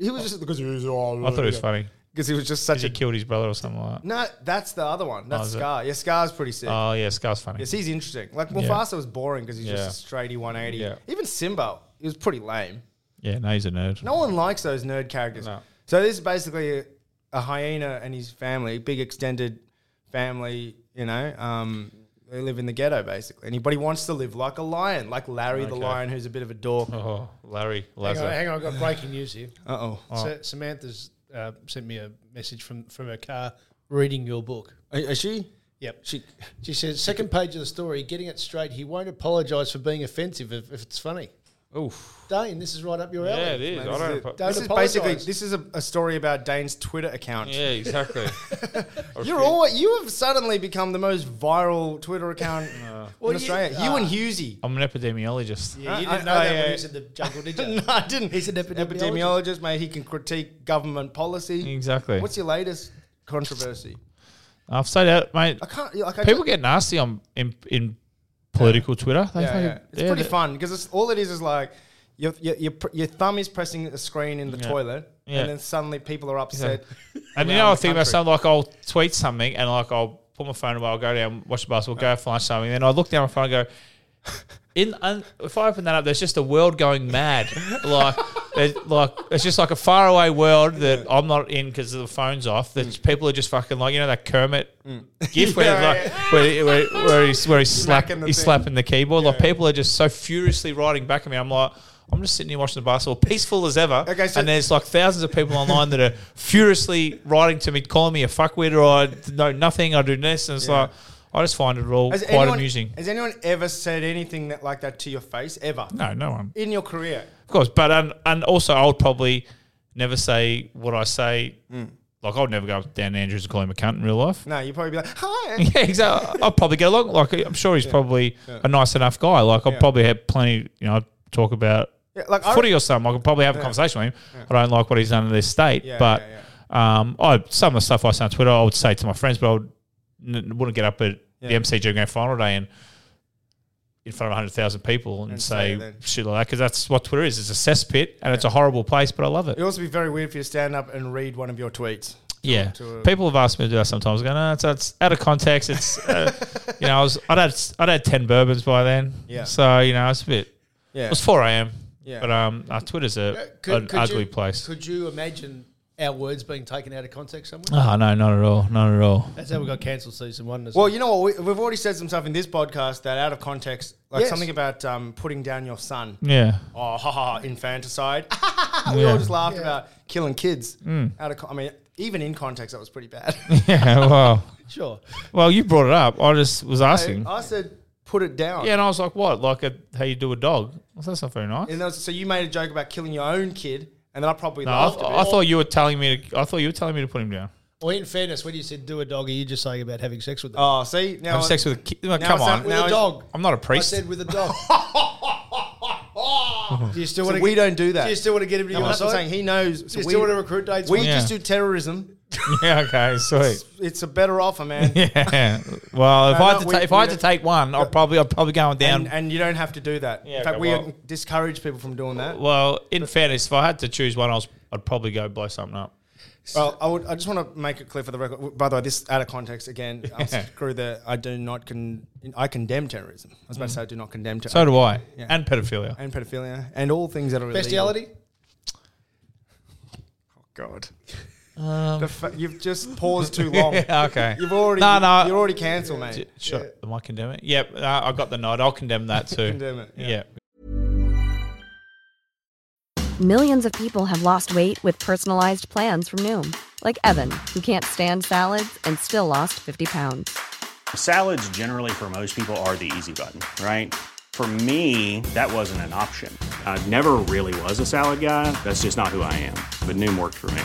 He was just because he was. Oh, I thought it was funny because he was just because such he a. killed his brother or something like that. No, that's the other one. That's Oh, is it? Scar. Yeah, Scar's pretty sick. Oh yeah, Scar's funny. yes, he's interesting. Like Mufasa was boring because he's Yeah. just a straighty 180. Yeah. Even Simba, he was pretty lame. Yeah, no, he's a nerd. No one likes those nerd characters. No. So this is basically a, a hyena and his family, big extended family. You know, um, they live in the ghetto basically. Anybody wants to live like a lion, like Larry the Okay. lion, who's a bit of a dork. Uh Oh, Larry Hang on, Lazar. hang on, I've got breaking news here. oh, Sa- Samantha's uh, sent me a message from, from her car reading your book. is she? Yep. She She says, second page of the story, getting it straight, he won't apologise for being offensive if, if it's funny. Oof. Dane, this is right up your alley. Yeah, it is. I This don't. is it. apo- Don't this is apologise. basically this is a, a story about Dane's Twitter account. yeah, exactly. You're all you have suddenly become the most viral Twitter account in Australia. You, Ah. and Hughesy. I'm an epidemiologist. Ah, Oh, Yeah, you I- didn't know I- that I- uh, when you said the jungle, did you? no, I didn't. He's an epidemiologist. epidemiologist, mate. He can critique government policy. Exactly. What's your latest controversy? I've stayed out, mate. I can't. Like, I People get can't- nasty on in in political Twitter. They Yeah, fucking- yeah. It's yeah, pretty they- fun because all it is is like your your, your, pr- your thumb is pressing a screen in the toilet, Yeah. and then suddenly people are upset. And you around know, I the think about country. something like I'll tweet something and like I'll put my phone away, I'll go down, watch the basketball, go for lunch something, and then I look down my phone and go. In un, if I open that up, there's just a world going mad. Like, there's- like it's just like a faraway world that I'm not in because the phone's off. That people are just fucking like you know that Kermit gif where, Mm. Yeah, like, Where, where, where he's where he's, slap, Smacking the he's thing. slapping the keyboard. Like people are just so furiously writing back at me. I'm like. I'm just sitting here watching the basketball, peaceful as ever. Okay, so- and there's like thousands of people online that are furiously writing to me, calling me a fuckwit or I know nothing, I do this. And it's like, I just find it all Has quite anyone- amusing. Has anyone ever said anything that like that to your face ever No, no one. in your career? Of course. But, and, and also, I would probably never say what I say. Mm. Like, I would never go up to Dan Andrews and call him a cunt in real life. No, you'd probably be like, "Hi." Yeah, exactly. I'll probably get along. Like, I'm sure he's probably a nice enough guy. Like, I'll probably have plenty, you know, I'd talk about Yeah, like, I- footy or something. I could probably have a conversation with him. I don't like what he's done to this state. Yeah, but yeah, Um, I, some of the stuff I say on Twitter, I would say to my friends, but I would, n- wouldn't get up at the MCG grand final day and in front of 100,000 people and, say say, it then. shit like that because that's what Twitter is. It's a cesspit and it's a horrible place, but I love it. It'd also be very weird for you to stand up and read one of your tweets. Yeah, to a- people have asked me to do that sometimes. Going, no, it's, it's out of context. It's, uh, you know, I was, I'd had, I'd had ten bourbons by then. Yeah. So you know, it's a bit. Yeah. It was four a.m. Yeah. But um, uh, Twitter's Uh, a could- an could ugly you- place. Could you imagine our words being taken out of context somewhere? Ah, no, not at all. Not at all. Uh, That's how we got cancelled season one. isn't Well, it? you know what? We, we've already said some stuff in this podcast that out of context, like Yes. something about um, putting down your son. Yeah. Oh, ha ha, ha, infanticide. we all just laughed about killing kids. Mm. Out of, con- I mean, even in context, that was pretty bad. Yeah. Well. sure. Well, you brought it up. I just was I, asking. I said, put it down. yeah, and I was like, what? Like a, how you do a dog? Well, that's not very nice. And that was, so you made a joke about killing your own kid, and then I probably No, I, laughed. th- I thought you were telling me. To, I thought you were telling me to put him down. Well, in fairness, when you said do a dog, are you just saying about having sex with them? Oh, see? Now Have sex with a kid? Well, now come it's on. not- with now a it's- dog. I'm not a I priest. said with a dog. do you still want So to? we don't do that. Do you still want to get him to No, your that's what I'm saying. side? He knows. You still want to recruit dates? we with- Yeah. just do terrorism. yeah. Okay. Sweet. It's a better offer, man. Yeah. Well, if No, I no, had to, we- ta- if we I had to don't- take one, I'd probably I'd probably go down. and, and you don't have to do that. Yeah, in fact, okay, we well- discourage people from doing that. well, in fairness, if I had to choose one, I was, I'd probably go blow something up. Well, I, would, I just want to make it clear for the record. By the way, this out of context again. I'll Screw the. I do not con. I condemn terrorism. I was about to say I do not condemn Mm. So terrorism do I, and pedophilia. and pedophilia and all things that are illegal. Bestiality. God. The fa- you've just paused too long. Um, okay. You've already. No, no. You're already cancelled, mate. Sure. Am I condemning? Yep. Uh, I got the nod. I'll condemn that too. Condemn it, yeah. Yeah. Millions of people have lost weight with personalized plans from Noom, like Evan, who can't stand salads and still lost 50 pounds. Salads, generally, for most people, are the easy button, right? For me, that wasn't an option. I never really was a salad guy. That's just not who I am. But Noom worked for me.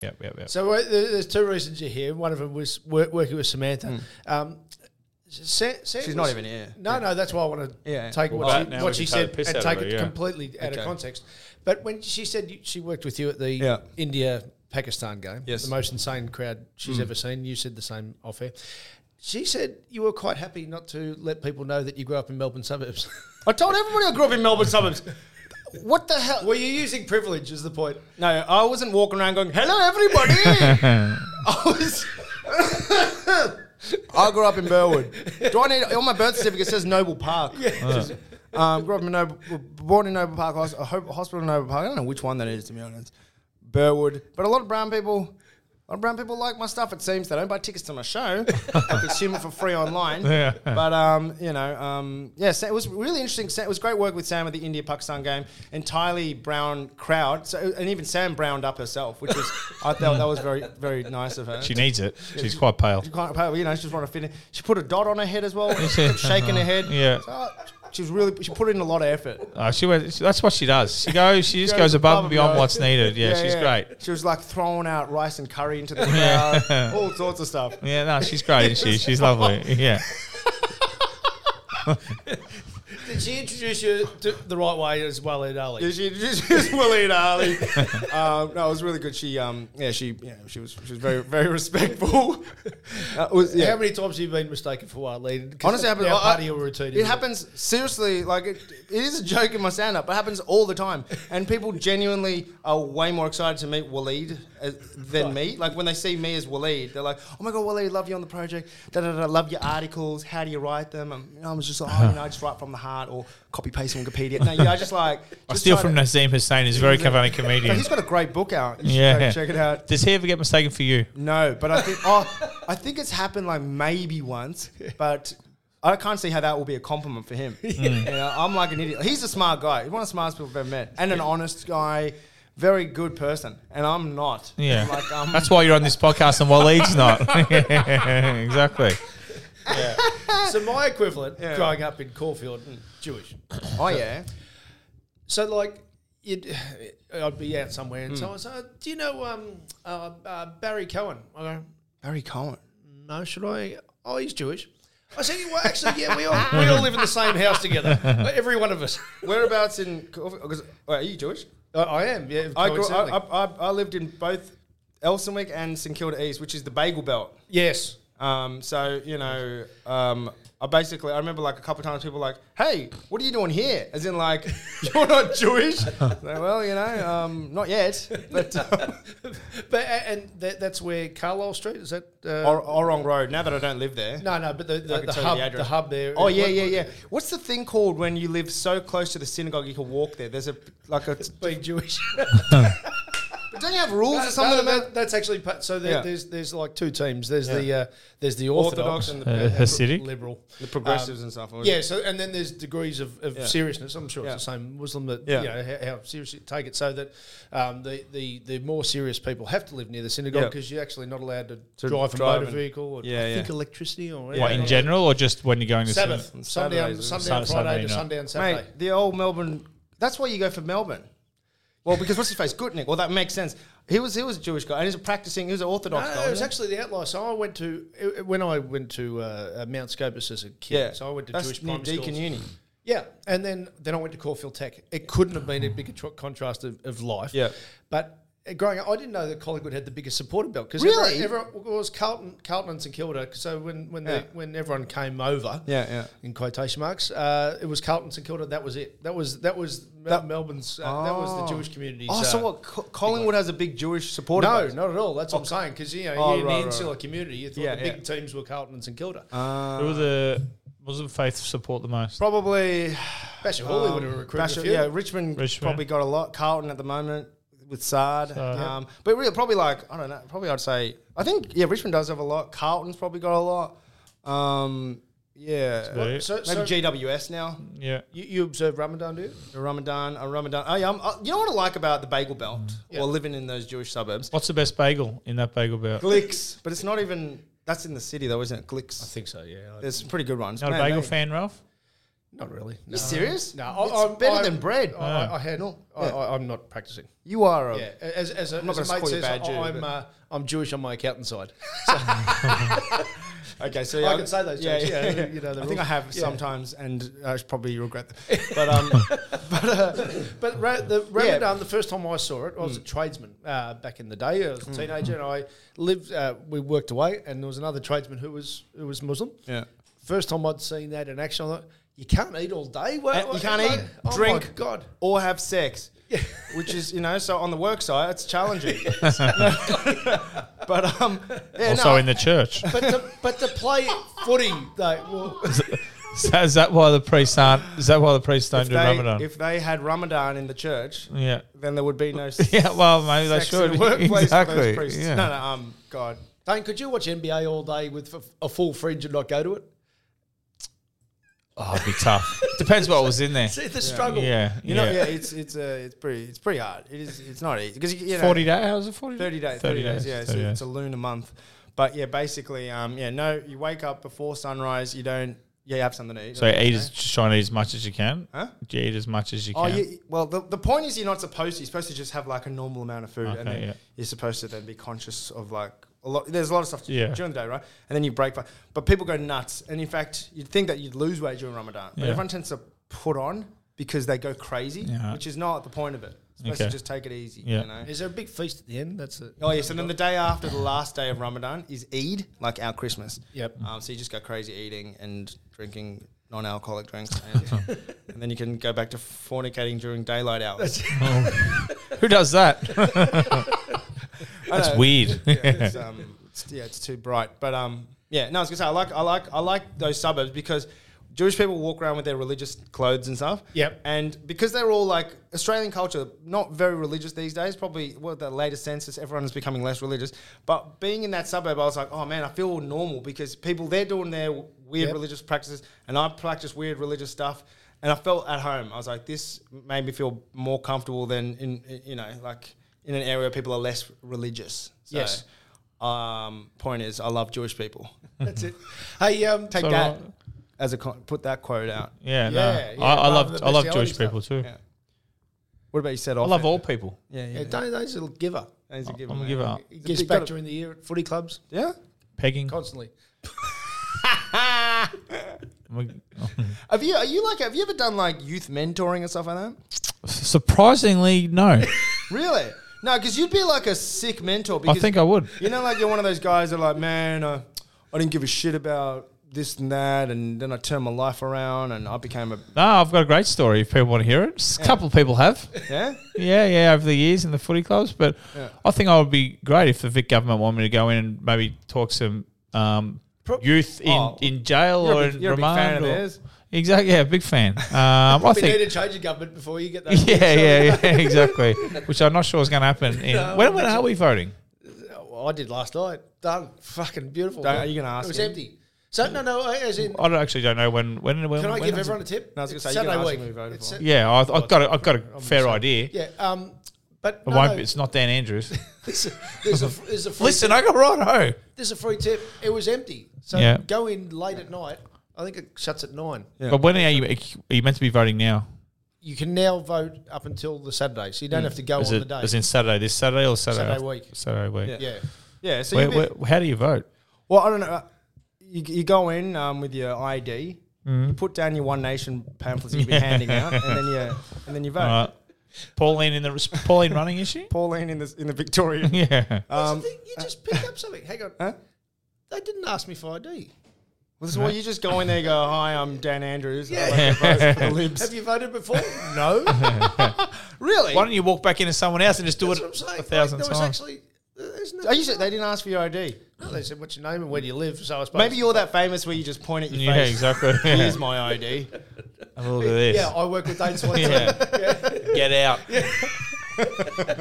Yep, yep, yep. So uh, there- there's two reasons you're here. One of them was wor- working with Samantha. Um, Sa- Sam Hmm. She's was- not even here. No, no, that's why I want to Yeah. take Well, what, but she, now what we can she take said the piss and out of take it, it yeah. completely out of Okay. context. But when she said you, she worked with you at the Yeah. India Pakistan game, Yes. Mm. the most insane crowd she's ever seen, you said the same off air. She said you were quite happy not to let people know that you grew up in Melbourne suburbs. I told everybody I grew up in Melbourne suburbs. What the hell? were you using privilege? Is the point? No, I wasn't walking around going, "Hello, everybody." I was. I grew up in Burwood. Do I need on my birth certificate? It says Noble Park. Um, grew up in Noble, born in Noble Park, hos- a ho- hospital in Noble Park. I don't know which one that is to be honest. Burwood, but a lot of brown people. A lot of brown people like my stuff. It seems they don't buy tickets to my show. I consume it for free online. Yeah. But um, you know, um, yeah, so it was really interesting. Sa- It was great work with Sam at the India Pakistan game. Entirely brown crowd, so and even Sam browned up herself, which was I thought that was very very nice of her. She needs it. She's quite pale. She can't- you know, she just wanted to fit in. She put a dot on her head as well, kept shaking her head. Yeah. So, uh, she was really she put in a lot of effort. Uh, she went, she- that's what she does. She goes. She just goes above and beyond what's needed. Yeah, she's great. She was like throwing out rice and curry into the crowd, all sorts of stuff. Yeah, no, she's great. Isn't she? She's lovely. Yeah. Did she introduce you to the right way as well, Ed Ali? Yeah, she introduced Willie and Ali. um, no, it was really good. She, um, yeah, she, yeah, she was, she was very, very respectful. Uh, it was, yeah. How many times have you been mistaken for what, Lee? Honestly, it happens. Now I- part of your routine. It isn't happens seriously. Like it, it is a joke in my stand-up. but It happens all the time, and people genuinely are way more excited to meet Waleed as, than me. Like when they see me as Waleed, they're like, "Oh my god, Waleed, love you on the project. Da da da, love your articles. How do you write them?" And you know, I was just like, "Oh, you know, I just write from the heart or copy paste on Wikipedia." No, yeah, I just like I just steal try from to- Nazim Hussein. He's a very funny But comedian. he's got a great book out. You should Yeah. go check it out. Does he ever get mistaken for you? No, but I think oh, I think it's happened like maybe once, but I can't see how that will be a compliment for him. You know, I'm like an idiot. He's a smart guy. He's one of the smartest people I've ever met, and an honest guy, very good person. And I'm not. Yeah. like um, That's why you're on this podcast and Waleed's not. exactly. it? So my equivalent growing up in Caulfield, mm, Jewish. oh yeah. So like, you'd, uh, I'd be out somewhere, Hmm. and someone said, "Do you know um, uh, uh, Barry Cohen?" I go, Barry Cohen. "No, should I?" Oh, he's Jewish. I said, "Well, actually, yeah, we all we all live in the same house together. Every one of us. Whereabouts in? Because oh, are you Jewish? I, I am. Yeah, I, grew, I, coincidentally. I, I- I lived in both Elsenwick and St Kilda East, which is the Bagel Belt. yes." Um, so you know, um, I basically I remember like a couple times people were like, "Hey, what are you doing here?" As in like, "You're not Jewish." Like, well, you know, um, not yet. But uh, But a- and that, that's where Carlisle Street is that? Uh, Or- Orong Road. Now that I don't live there, no, no, but the, the, I can the tell hub, you the the, address. hub there. Oh yeah, What- yeah, yeah. What's the thing called when you live so close to the synagogue you can walk there? There's a like a. Being Jewish. But don't you have rules or No, something no, about that- that's actually pa- so. There, Yeah. There's there's like two teams. There's the Yeah. uh, there's the Orthodox Orthodox, and the, Uh, Hasidic? liberal, the progressives and stuff? Um, yeah. So and then there's degrees of, of seriousness. I'm sure Yeah. it's the same Muslim that Yeah. you know how, how seriously you take it. So that um, the, the the more serious people have to live near the synagogue Yeah. because you're actually not allowed to, To drive a drive motor and- vehicle or Yeah, I yeah. think electricity or What, in general or just when you're going to Sabbath, cinema? sundown, Saturdays, sundown, Sun- Friday Saturday to night. sundown, Saturday. Mate, the old Melbourne. That's why you go for Melbourne. Well, because what's his face? Gutnick. Well, that makes sense. He was he was a Jewish guy and he's a practicing. He was an Orthodox No, guy. it was wasn't actually the outlier. So I went to it- it- when I went to uh, uh, Mount Scopus as a he? kid. So I went to That's Jewish near primary Deakin schools. Uni. Yeah, and then then I went to Caulfield Tech. It couldn't have been a bigger tr- contrast of, of life. Yeah. but. uh, Growing up, I didn't know that Collingwood had the biggest supporter belt because Really? everyone, everyone well, it was Carlton, Carlton and St Kilda. So when when Yeah. the, when everyone came over, Yeah, yeah. in quotation marks, uh, it was Carlton St Kilda. That was it. That was that was Mel- Melbourne's. Uh, That was the Jewish community. Oh, so what? Co- Collingwood has a big Jewish supporter. No, base. not at all. That's what I'm saying. Because you know, Oh, in right, the right, insular community, you thought Yeah, the yeah. Uh, big teams were Carlton and St Kilda. Who are the Muslim faith support the most? probably. Basher Hawley would have recruited Basher- a few. yeah, Richmond, Richmond. probably got a lot. Carlton at the moment with Sard, um, but really probably like I don't know. Probably I'd say I think yeah, Richmond does have a lot. Carlton's probably got a lot. Um, Yeah. about it. So, so- maybe GWS now. Yeah. You, you observe Ramadan, do you? The Ramadan, a Ramadan. Oh, yeah, I'm, uh, you know what I like about the bagel belt or living in those Jewish suburbs? What's the best bagel in that bagel belt? Glicks, but it's not even. That's in the city though, isn't it? Glicks. I think so. Yeah. there's some pretty good ones. Not a Man, bagel they- fan, Ralph? Not really. You serious? No, it's I, I'm better I'm- than bread. I, I, I had. I, I, I'm not practicing. you are a. Yeah, as, as a, I'm not as a gonna mate call you a says, bad I- Jew, I'm but- uh, I'm Jewish on my accountant side. Okay, so I yeah, can say those jokes, yeah, you know the I think rules. I have Yeah. sometimes, and I should probably regret them. But um, but uh, but ra- the Ramadan, the first time I saw it, I Mm. was a tradesman uh, back in the day. I was a teenager, and I lived. Uh, we worked away, and there was another tradesman who was who was Muslim. Yeah. First time I'd seen that in action, I thought you can't eat all day. What, Uh, you what- can't like, eat, oh my drink, God. or have sex. Which is, you know, so on the work side, it's challenging. but um, yeah, also no, in the church. But to, but to play footy, they, well, so is that why the priests aren't? Is that why the priests don't if do they, Ramadan? If they had Ramadan in the church, yeah. then there would be no. Yeah, well, maybe they sex in should. the workplace for Exactly. those priests. Yeah. No, no, um, God, Dane, could you watch NBA all day with f- a full fridge and not go to it? Oh, it'd be tough. Depends what was in there. See the struggle. Yeah. you You know, yeah. yeah, know, it's it's uh, it's pretty it's pretty hard. It is it's not easy because you know, 40 days? How was it 40 30 days, 30, days, yeah. so 30 it's a lunar month. But yeah, basically, um, yeah, no, you wake up before sunrise, you don't, yeah, you have something to eat. So eat as just try and eat as much as you can. Huh? Do you eat as much as you Oh, can? you, well, the, the point is you're not supposed to. You're supposed to just have like a normal amount of food, and Okay, then yeah. you're supposed to then be conscious of like a lot. There's a lot of stuff to Yeah. do during the day, right? And then you break fast. But people go nuts, and in fact, you'd think that you'd lose weight during Ramadan, but Yeah. everyone tends to put on because they go crazy, Yeah. which is not the point of it. It's supposed Okay. to just take it easy, Yeah. you know. Is there a big feast at the end? That's it. Oh yes, and then the day after the last day of Ramadan is Eid, like our Christmas. Yep. Um, so you just go crazy eating and drinking non-alcoholic drinks, and, and then you can go back to fornicating during daylight hours. Who does that? That's weird. it's, um, it's, yeah, it's too bright. But um, yeah, no, I was gonna say I like I like I like those suburbs because Jewish people walk around with their religious clothes and stuff. Yep. And because they're all like Australian culture, not very religious these days. Probably well, the latest census, everyone is becoming less religious. But being in that suburb, I was like, oh man, I feel normal because people they're doing their weird Yep. religious practices, and I practice weird religious stuff. And I felt at home. I was like, this made me feel more comfortable than in, in- you know, like in an area where people are less religious. So, Yes. Um, point is, I love Jewish people. That's it. Hey, um, Take So, that uh, as a con- put that quote out. Yeah, Yeah, no. I, yeah, I rather love than I love bestiality Jewish people too. Yeah. What about you said I off? love all people. Yeah, yeah. Yeah, Dane's a little giver. Dane's a I'm given a man. giver up. He He's a gives big- back got a- during the year at footy clubs Yeah. Pegging. constantly. I'm a- Have you? Are you like? Have you ever done like youth mentoring and stuff like that? Surprisingly, no. Really? No, because you'd be like a sick mentor. I Because think I would. You know, like you're one of those guys that are like, man, uh, I didn't give a shit about this and that, and then I turned my life around and I became a No, Ah, I've got a great story if people want to hear it. S- A couple of people have. yeah. Yeah, yeah, over the years in the footy clubs. But I think I would be great if the Vic government wanted me to go in and maybe talk some um, youth in, Oh, in jail you're a or big- in you're a big remand. fan of or- theirs. Exactly, yeah, big fan. Um, I We need think. to change the government before you get that. Yeah, yeah, yeah, exactly. Which I'm not sure is going to happen. In, when when are we voting? Well, I did last night. Done. Fucking beautiful. Don't- are you gonna ask It was him? empty. So no, no. I- As in, I don't, actually don't know when. When, when can I when give is it? everyone a tip? No, I was gonna It's say, you can ask Saturday him week. who he voted It's for. Sa- Yeah, I, I've got a, I've got a fair idea. Yeah. Um. But It no, won't. no, Be, it's not Dan Andrews. there's a there's a, there's a free Listen, Tip. I got righto. There's a free tip. It was empty. So Yeah. go in late at night. I think it shuts at nine. But when are you? Are you meant to be voting now? You can now vote up until the Saturday, so you don't have to go Hmm. Is Oh, on it? the day. Is it Saturday? This Saturday or Saturday? Saturday after- week. Saturday week. yeah. Yeah. So Where, you'd be- where, how do you vote? Well, I don't know. uh, You, you go in um, with your ID, Mm-hmm. you put down your One Nation pamphlets you've been handing out, and then you and then you vote. All right. Uh, Pauline in the is Pauline running is she? Pauline in the in the Victorian. Yeah. That's the thing, you just pick up something. Hang on. Um, uh, Huh? They didn't ask me for ID. Well, this- well, you just go in there, and go, "Hi, I'm Dan Andrews." Yeah. the libs. Have you voted before? no. really? Why don't you walk back into someone else and just do That's it what I'm saying. a Like, thousand there was times? actually. uh, There's no, Are Oh, you sure they didn't ask for your ID? no, they said, what's your name and where do you live? So I suppose. Maybe you're that famous where you just point at your yeah, face. exactly. Here's my ID. a little bit of this. Yeah, I work with Dane Swanson. Yeah. Get out.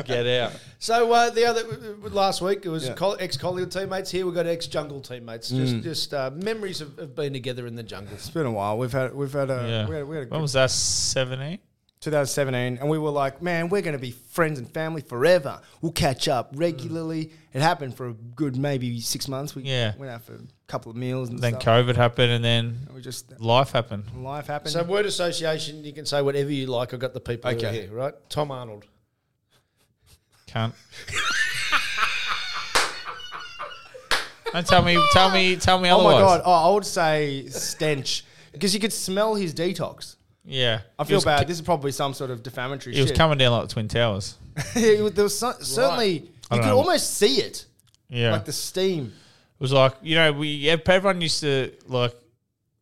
Get out. So uh, the other uh, last week it was Yeah. Mm. col- ex Collingwood teammates. Here we got ex Jungle teammates. Just just uh, memories of, of being together in the jungle. It's been a while. We've had we've had a Yeah. we had, we had a when good was that? 17? 2017, and we were like, man, we're going to be friends and family forever. We'll catch up regularly. It happened for a good maybe six months. We Mm. Yeah. went out for a couple of meals and Then stuff. COVID happened, and then We just life happened. life happened. So word association, you can say whatever you like. I got the people who are Okay. here, right? Tom Arnold. Can't. And tell me, tell me, tell me oh my otherwise. god! Oh, I would say stench because you could smell his detox. Yeah, I He feel was bad. co- this is probably some sort of defamatory. He was shit. coming down like the Twin Towers. Yeah, there was so- certainly I you don't could know. almost see it, Yeah, like the steam. It was like you know we yeah, everyone used to like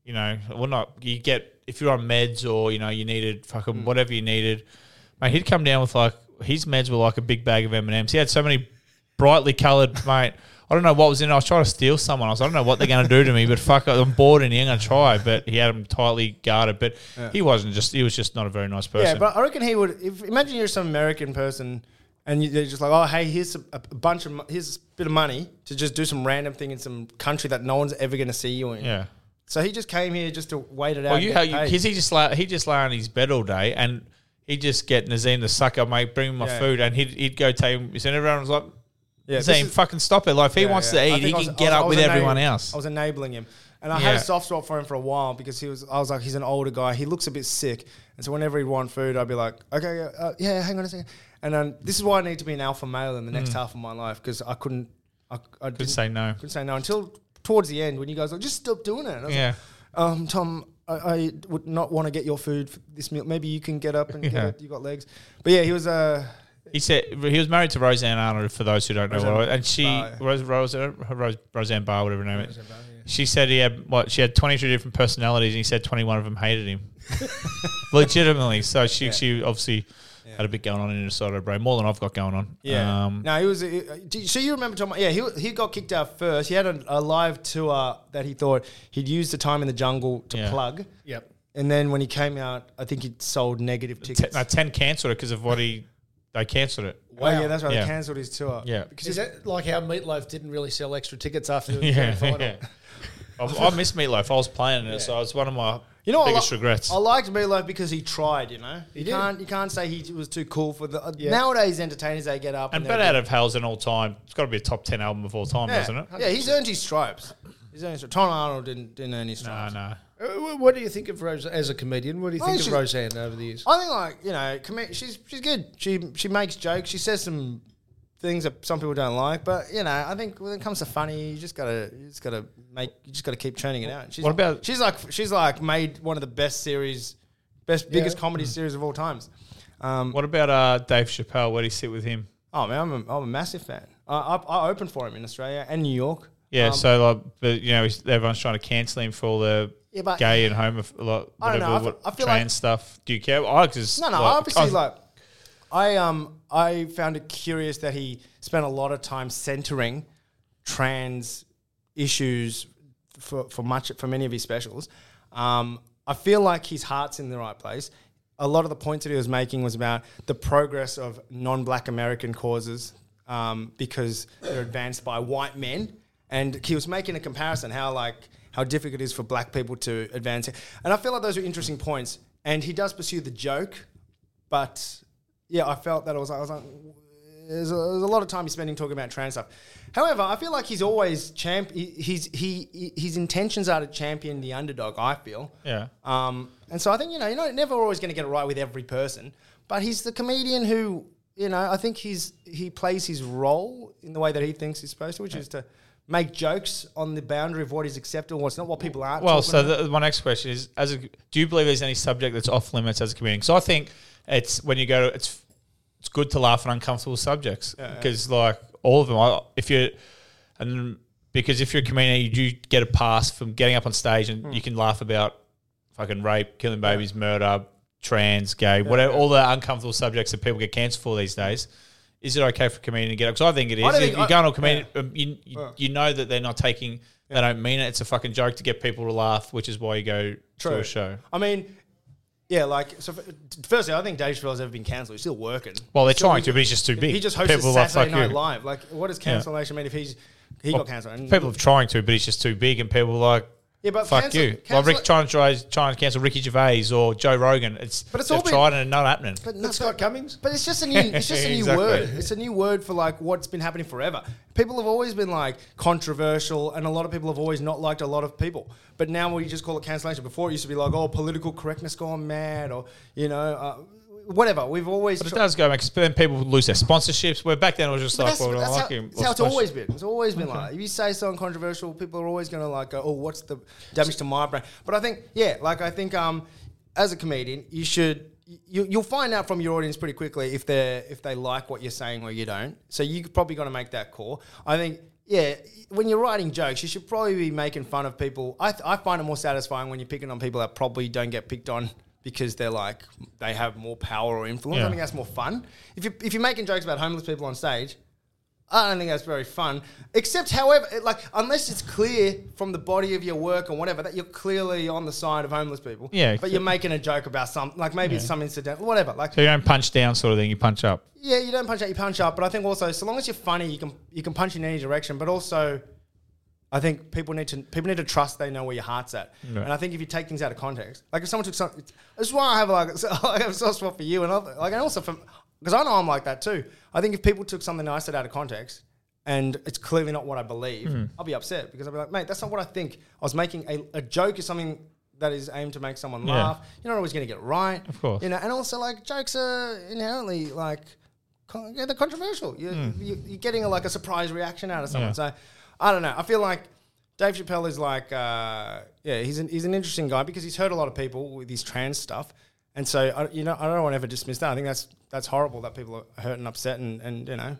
you know well not you get if you're on meds or you know you needed fucking Mm. whatever you needed, mate. He'd come down with like his meds were like a big bag of M and M's. He had so many brightly coloured mate. I don't know what was in. it. I was trying to steal someone. I was. I don't know what they're going to do to me, but fuck, it, I'm bored and he ain't going to try. But he had them tightly guarded. But he wasn't just. He was just not a very nice person. Yeah, but I reckon he would. If, imagine you're some American person and you, they're just like, oh, hey, here's a, a bunch of mo- here's a bit of money to just do some random thing in some country that no one's ever going to see you in. yeah. So he just came here just to wait it out. Well, and you get how you paid. because he just lay, he just lay on his bed all day and he just get Nazim the sucker mate bring him my Yeah. food and he'd, he'd go take him and everyone was like yeah, this Nazim is- fucking stop it like if he yeah, wants yeah. to I eat he think I can was- get I was- up I with was enab- everyone else I was enabling him, and I had a Yeah. soft spot for him for a while because he was. I was like, he's an older guy. He looks a bit sick, and so whenever he'd want food, I'd be like, okay, yeah, uh, yeah, hang on a second. And then this is why I need to be an alpha male in the Mm. next half of my life because I couldn't. I, I could say no couldn't say no until towards the end when you guys were like, just stop doing it. And I was yeah like, um, Tom, I, I would not want to get your food for this meal. Maybe you can get up and Yeah. get it. You got legs. But yeah, he was uh, he said he was married to Roseanne Arnold for those who don't know what and she Rose, Rose, Rose Roseanne Barr whatever her name is she said he had what she had 23 different personalities and he said 21 of them hated him legitimately so she she obviously had a bit going on inside her brain more than I've got going on Yeah. um, no, he was. uh, do- So you remember Tom? Yeah, he he got kicked out first. He had a, a live tour that he thought he'd use the time in the jungle to Yeah. plug. Yep. And then when he came out, I think he sold negative ten, tickets. no, 10 cancelled it because of what he they cancelled it. Oh yeah, that's right. Yeah. They cancelled his tour. Yeah. Is that like how Meatloaf didn't really sell extra tickets after the Yeah, grand final? yeah. I, I missed Meatloaf. I was playing in it, so it's one of my You know, biggest I li- regrets. I liked Meatloaf because he tried. You know, you did. can't you can't say he was too cool for the uh, nowadays entertainers. They get up and they're Bet Out of Hell's an all time. It's got to be a top ten album of all time, yeah. doesn't it? Yeah, he's earned his stripes. He's earned his stripes. Tom Arnold didn't didn't earn his No, stripes. no. Uh, wh- What do you think of Rose as a comedian? What do you I think think of she's- Roseanne over the years? I think like you know, commi- she's she's good. She she makes jokes. She says some things that some people don't like, but you know, I think when it comes to funny, you just gotta you just gotta make you just gotta keep churning it out. She's, What about- she's like she's like made one of the best series, best biggest comedy Mm. series of all times. Um, What about uh, Dave Chappelle? Where do you sit with him? oh man, I'm a, I'm a massive fan. I, I I opened for him in Australia and New York. Yeah, Um, so like, but you know, he's- everyone's trying to cancel him for all the Yeah, but- gay and homo, like, I don't whatever, know, I fe- what, I feel trans like- stuff. Do you care? I just No, no. like, obviously, I was- like I um I found it curious that he spent a lot of time centering trans issues for for much for many of his specials. Um, I feel like his heart's in the right place. A lot of the points that he was making was about the progress of non-black American causes um, because they're advanced by white men, and he was making a comparison how like how difficult it is for black people to advance it. And I feel like those are interesting points. And he does pursue the joke, but yeah, I felt that I was, I was like, there's a, there's a lot of time he's spending talking about trans stuff. However, I feel like he's always champ. he- He's he, he his intentions are to champion the underdog. I feel. Yeah. Um, and so I think you know you're not, never always going to get it right with every person, but he's the comedian who you know I think he's he plays his role in the way that he thinks he's supposed to, which is to make jokes on the boundary of what is acceptable, what's not, what people aren't. Well, talking so about. the, my next question is: as a, do you believe there's any subject that's off limits as a comedian? So I think it's when you go, to, it's it's good to laugh at uncomfortable subjects because like all of them, I, if you and because if you're a comedian, you do get a pass from getting up on stage and Hmm. you can laugh about fucking rape, killing babies, murder, trans, gay, whatever, all the uncomfortable subjects that people get cancelled for these days. Is it okay for a comedian to get up? Because I think it is. don't You- think- you I- go on a comedian, um, you, you, you know that they're not taking, they don't mean it. It's a fucking joke to get people to laugh, which is why you go to a show. I mean, Yeah, like so. f- Firstly, I don't think Dave Chappelle's ever been cancelled. He's still working. Well, they're He's still- trying to, but he's just too big. He just hosted People are like, Saturday "Fuck Night you." Live. Like, what does cancellation mean if he's he Well, got cancelled? And- People are trying to, but he's just too big, and people are like, Yeah, but fuck cancel- you. cancel- like Rick trying to try, trying to cancel Ricky Gervais or Joe Rogan. It's But it's they've all been- tried and it's not happening. But But Scott Cummings? But it's just a new, it's just a new Exactly. word. It's a new word for like what's been happening forever. People have always been like controversial, and a lot of people have always not liked a lot of people. But now we just call it cancellation. Before it used to be like, oh, political correctness gone mad, or you know, uh, whatever. We've always. But it tr- does go back. 'cause Then people lose their sponsorships. Where back then it was just But like, well, we don't that's like how, him. that's Or how it's sponsor- always been. It's always been like that. If you say something controversial, people are always going to like go, "Oh, what's the damage to my brand?" But I think, yeah, like I think, um, as a comedian, you should you, you'll find out from your audience pretty quickly if they if they like what you're saying or you don't. So you probably got to make that call. I think. Yeah, when you're writing jokes, you should probably be making fun of people. I, th- I find it more satisfying when you're picking on people that probably don't get picked on because they're like they have more power or influence. I Yeah. think that's more fun. If you if you're making jokes about homeless people on stage, I don't think that's very fun. Except, however, it- like unless it's clear from the body of your work or whatever that you're clearly on the side of homeless people. Yeah, but you're making a joke about some, like maybe it's some incidental, whatever. Like, So you don't punch down, sort of thing. You punch up. yeah, you don't punch out, you punch up. But I think also, so long as you're funny, you can you can punch in any direction. But also, I think people need to people need to trust they know where your heart's at. And I think if you take things out of context, like if someone took something, that's why I have like so I have a soft spot for you and other, like and also from because I know I'm like that too. I think if people took something I said out of context. And it's clearly not what I believe. I'll be upset because I'll be like, mate, that's not what I think. I was making a, a joke is something that is aimed to make someone Yeah. laugh. You're not always going to get it right. Of course. You know, and also like jokes are inherently like con- yeah, they're controversial. You, you, you're getting a, like a surprise reaction out of someone. Hmm. Yeah. So I don't know. I feel like Dave Chappelle is like, uh, yeah, he's an, he's an interesting guy because he's hurt a lot of people with his trans stuff. And so, I, you know, I don't want to ever dismiss that. I think that's that's horrible that people are hurt and upset and, and you know.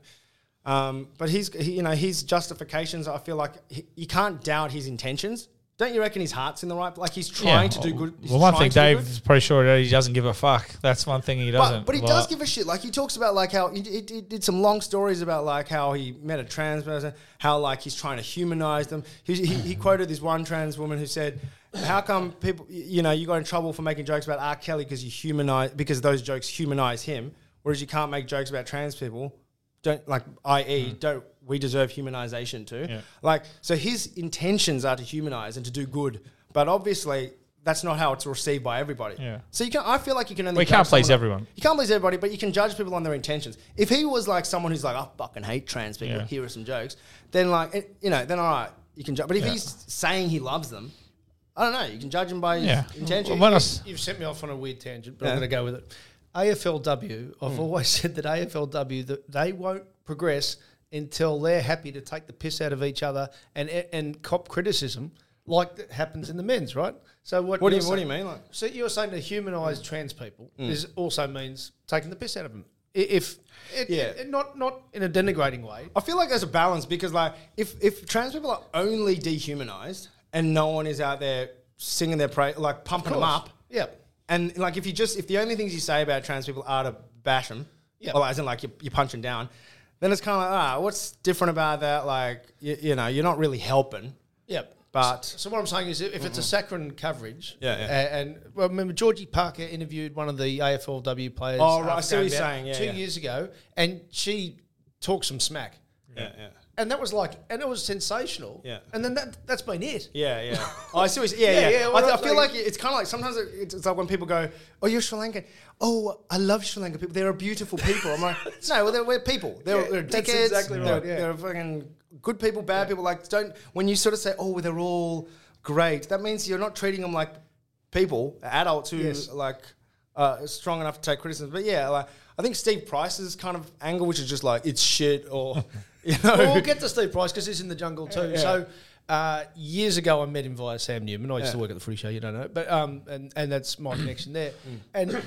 Um, but he's, he, you know, his justifications, I feel like he, you can't doubt his intentions. Don't you reckon his heart's in the right? Like he's trying to do good. he's Well, one trying thing to do good? Dave's pretty sure that he doesn't give a fuck. That's one thing he doesn't. But, but he does give a shit. Like he talks about like how he, he, he did some long stories about like how he met a trans person, how like he's trying to humanize them. He, he, he quoted this one trans woman who said, "How come people, y- you know, you got in trouble for making jokes about R. Kelly because you humanize because those jokes humanize him, whereas you can't make jokes about trans people." Don't like, i.e., Hmm. don't we deserve humanization too? Like, so his intentions are to humanize and to do good, but obviously that's not how it's received by everybody. Yeah. So you can, I feel like you can only We can't judge please someone- everyone. You can't please everybody, but you can judge people on their intentions. If he was like someone who's like, I fucking hate trans people. Yeah. Here are some jokes. Then like, it- you know, then all right, you can judge. But if he's saying he loves them, I don't know. You can judge him by his Yeah. intention. Well, when I s- You've sent me off on a weird tangent, but Yeah. Hmm. I'm going to go with it. AFLW, I've always said that AFLW that they won't progress until they're happy to take the piss out of each other and and cop criticism like that happens in the men's right. So what? What do you're you- what do you saying- mean, like? Hmm. So you're saying to humanise trans people is also means taking the piss out of them. I- If it, Yeah. it- not not in a denigrating way. I feel like there's a balance because like if if trans people are only dehumanized and no one is out there singing their praise, like pumping them up, Yeah. And like, if you just if the only things you say about trans people are to bash them, Yeah. or as in like you you punch them down, then it's kind of like, ah, what's different about that? Like, you, you know, you're not really helping. Yep. But- so, so what I'm saying is, if it's a saccharine coverage, Yeah, yeah. a- And, well, remember Georgie Parker interviewed one of the AFLW players. Oh, right, after I see what going you're out saying, yeah, two yeah. years ago, and she talked some smack, Yeah, yeah, and that was like, and it was sensational. Yeah. And then that that's been it. yeah, yeah. oh, I see. What you yeah, Yeah, yeah. yeah, I, what th- I I'm feel saying- like it's kind of like sometimes it- it's, it's like when people go, "Oh, you're Sri Lankan. Oh, I love Sri Lankan people. They're a beautiful people." I'm like, "No, well, they're, we're people. They're, Yeah, they're that's dickheads. exactly they're, right, yeah. they're fucking good people, bad people. Like, don't when you sort of say, "Oh, they're all great," that means you're not treating them like people, adults who like uh, strong enough to take criticism. But yeah, like I think Steve Price's kind of angle, which is just like it's shit, or you know, Well, we'll get to Steve Price because he's in the jungle too. So uh, years ago, I met him via Sam Newman. I used to work at the Free Show. You don't know, but um, and and that's my connection there. Mm. And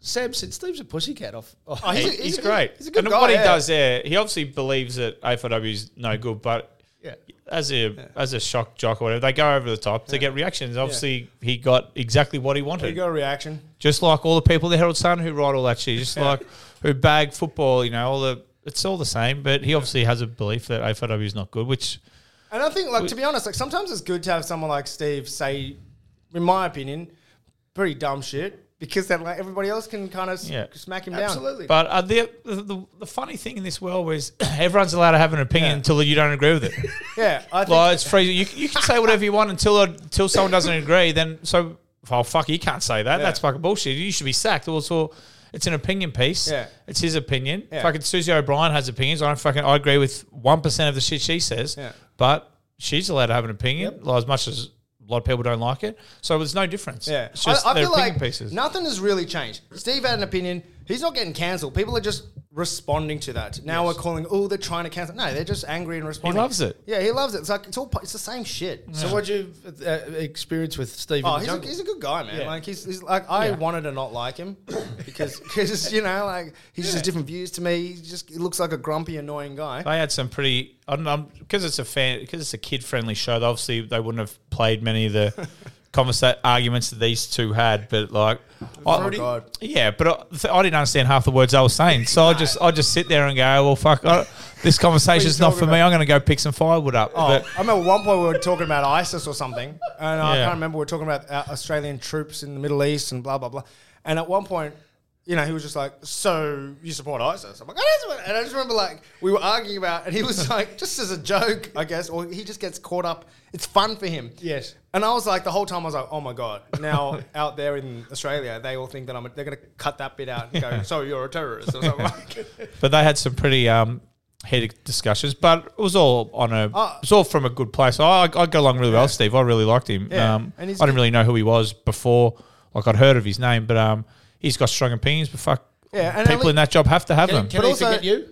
Sam said Steve's a pussycat off. off Oh, he's a- He's, he's a good- great. he's a good and guy, what he yeah. does there, he obviously believes that AFLW is no good, but Yeah. as a as a shock jock or whatever, they go over the top to get reactions. Obviously, he got exactly what he wanted. you got a reaction. Just like all the people, the Herald Sun, who write all that shit, just like who bag football, you know, all the it's all the same. But he obviously has a belief that AFLW is not good, which And I think, like, to be honest, like sometimes it's good to have someone like Steve say, in my opinion, pretty dumb shit, because that like, everybody else can kind of Yeah. smack him Absolutely. But uh, the, the, the the funny thing in this world is everyone's allowed to have an opinion until you don't agree with it. down. Yeah, I think like it's free. You, you can say whatever you want until until someone doesn't agree. Then so oh fuck, you can't say that. That's fucking bullshit. You should be sacked. Also, it's an opinion piece. Yeah. it's his opinion. Yeah. Fucking Susie O'Brien has opinions. I don't fucking I agree with one percent of the shit she says. Yeah. but she's allowed to have an opinion like, as much as. A lot of people don't like it, so there's no difference. Yeah, it's just I, I their feel opinion like pieces. nothing has really changed. Steve had an opinion. He's not getting cancelled. People are just responding to that. Now we're calling. Oh, they're trying to cancel. No, they're just angry and responding. loves it. Yeah, he loves it. It's like it's all. It's the same shit. So what'd you uh, experience with Steve? Oh, in the he's a, jungle? he's a good guy, man. Yeah. Like he's, he's like I wanted to not like him because because you know like he just has different views to me. He just he looks like a grumpy, annoying guy. They had some pretty. I don't know because it's a fan because it's a kid friendly show. they Obviously, they wouldn't have played many of the conversa- arguments that these two had. But like, I, Oh God. yeah, but I, th- I didn't understand half the words they were saying. So I just I just sit there and go, well, fuck, I, this conversation's not for me. I'm going to go pick some firewood up. Oh, But- I remember one point we were talking about ISIS or something, and I Yeah. can't remember. We were talking about uh, Australian troops in the Middle East and blah blah blah. And at one point, you know, he was just like, "So you support ISIS?" I'm like, "I don't." support-" And I just remember like we were arguing about, and he was like, just as a joke, I guess, or he just gets caught up. It's fun for him. Yes. And I was like, the whole time I was like, "Oh my god!" Now out there in Australia, they all think that I'm. A, they're going to cut that bit out and go, "So you're a terrorist?" Or something like. but they had some pretty um, heated discussions. But it was all on a, Uh, it was all from a good place. I, I got along really well, Steve. I really liked him. Yeah, Um, I and he's didn't good. really know who he was before. Like I'd heard of his name, but um, he's got strong opinions. But fuck, Yeah, and at people lea- in that job have to have Can, them. he- can But he also- forget you?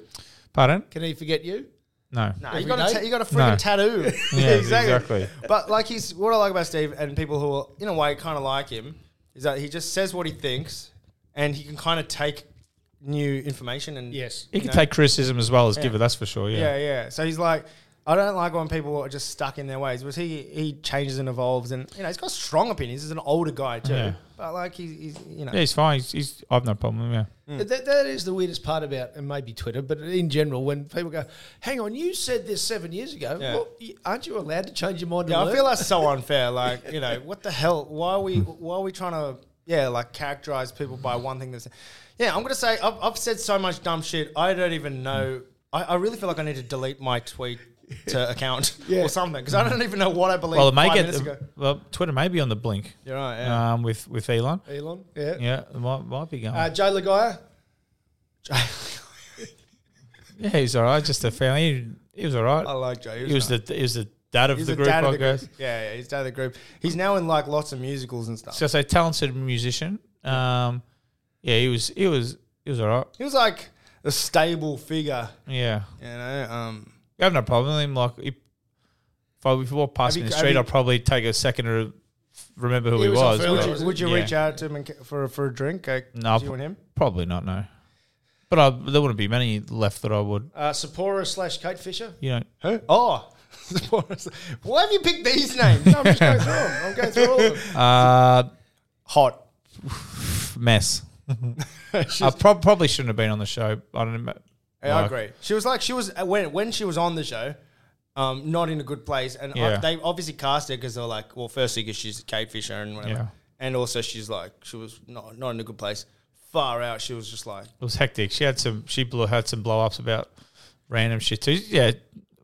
Pardon? Can he forget you? No. Nah, you got a day? ta- you got a freaking No. tattoo. Yeah, exactly. But like he's what I like about Steve and people who are in a way kind of like him is that he just says what he thinks and he can kind of take new information and Yes. He can take criticism as well as give it. That's for sure. Yeah. yeah yeah. So he's like. I don't like when people are just stuck in their ways. But he he changes and evolves, and you know he's got strong opinions. He's an older guy too, Yeah. but like he's, he's you know Yeah, he's fine. He's, he's, I've no problem. Yeah. That, that is the weirdest part about, and maybe Twitter, but in general, when people go, "Hang on, you said this seven years ago. Yeah. Well, y- aren't you allowed to change your mind?" and Yeah, I learn?" feel that's so unfair. Like, you know, what the hell? Why are we why are we trying to yeah, like characterize people by one thing that's yeah, I'm gonna say I've, I've said so much dumb shit. I don't even know. I, I really feel like I need to delete my tweet to account or something because I don't even know what I believe. Well, it may five get minutes ago. well. Twitter may be on the blink. You're right, yeah. Um, with with Elon. Elon. Yeah. Yeah, it might, might be going. Uh, Jay Lagaya. yeah, he's all right. Just a family. He, he was all right. I like Joe. he was nice. the he was the dad of He's the group. dad I of the guess. group. Yeah, yeah, he's dad of the group. He's now in like lots of musicals and stuff. So so talented musician. Um, yeah, he was he was he was all right. he was like a stable figure, Yeah, you know. Um, I have no problem with him. Like if if I if I walked past Have him in you- the have street, you- I'd probably take a second to remember who he, He was on was. furlough, but- would you, would you Yeah. reach out to him and, ca- for for a drink? Like, No, you and him. Probably not. No, but I, there wouldn't be many left that I would. Uh, Sephora slash Kate Fisher. You know, Who? Oh. Why have you picked these names? No, I'm just going through them. I'm going through all of them. uh, Hot. mess. I prob- probably shouldn't have been on the show. I don't. know. Yeah, I Like, agree. She was like she was uh, when when she was on the show, um, not in a good place, and I- Yeah. they obviously cast her because they're like, well, firstly because she's Kate Fisher and whatever, Yeah. and also she's like she was not not in a good place. Far out, she was just like, It was hectic. She had some. She blew had some blow ups about random shit too. Yeah,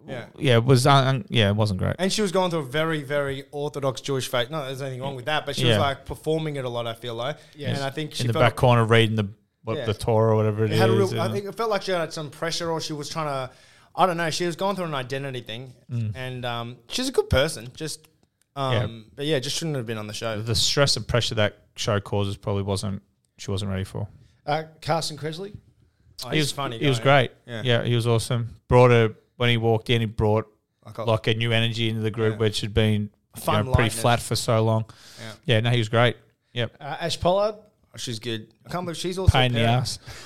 yeah. yeah. It was uh, un- un- yeah. It wasn't great. And she was going through a very, very orthodox Jewish faith. No, there's nothing wrong with that, but she was Yeah. like performing it a lot. I feel like, yeah. And I think she in the felt back corner reading the what Yeah. the Torah or whatever it It is. had a real, I and- think it felt like she had some pressure, or she was trying to. I don't know. She was going through an identity thing, and um, she's a good person. Just, um, Mm. Yeah. but yeah, just shouldn't have been on the show. the stress and pressure that show causes probably wasn't. She wasn't ready for. Uh, Carson Cresley. Oh, he he's was a funny. He was guy. great. Yeah. Yeah. he was awesome. Brought a when he walked in, he brought Like like a- a, new energy into the group, which had been you Fun know, pretty lightness. flat for so long. Yeah. no, he was great. Yep, Uh, Ash Pollard. Oh, She's good. I can't believe she's also pain in a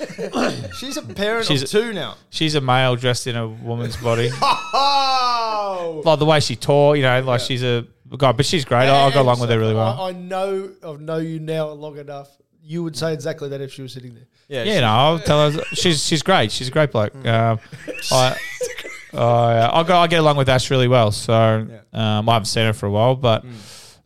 the parent. ass. She's a parent She's of a- two now. She's a male dressed in a woman's body. Oh, like the way she tore, you know, like she's a god, but she's great. I, I got along with her really well. I, I know. I know you now long enough. You would say exactly that if she was sitting there. yeah, no, I'll tell her she's she's great. She's a great bloke. Mm. Um, I, I, uh, I go, I get along with Ash really well. Mm. So um, I haven't seen her for a while, but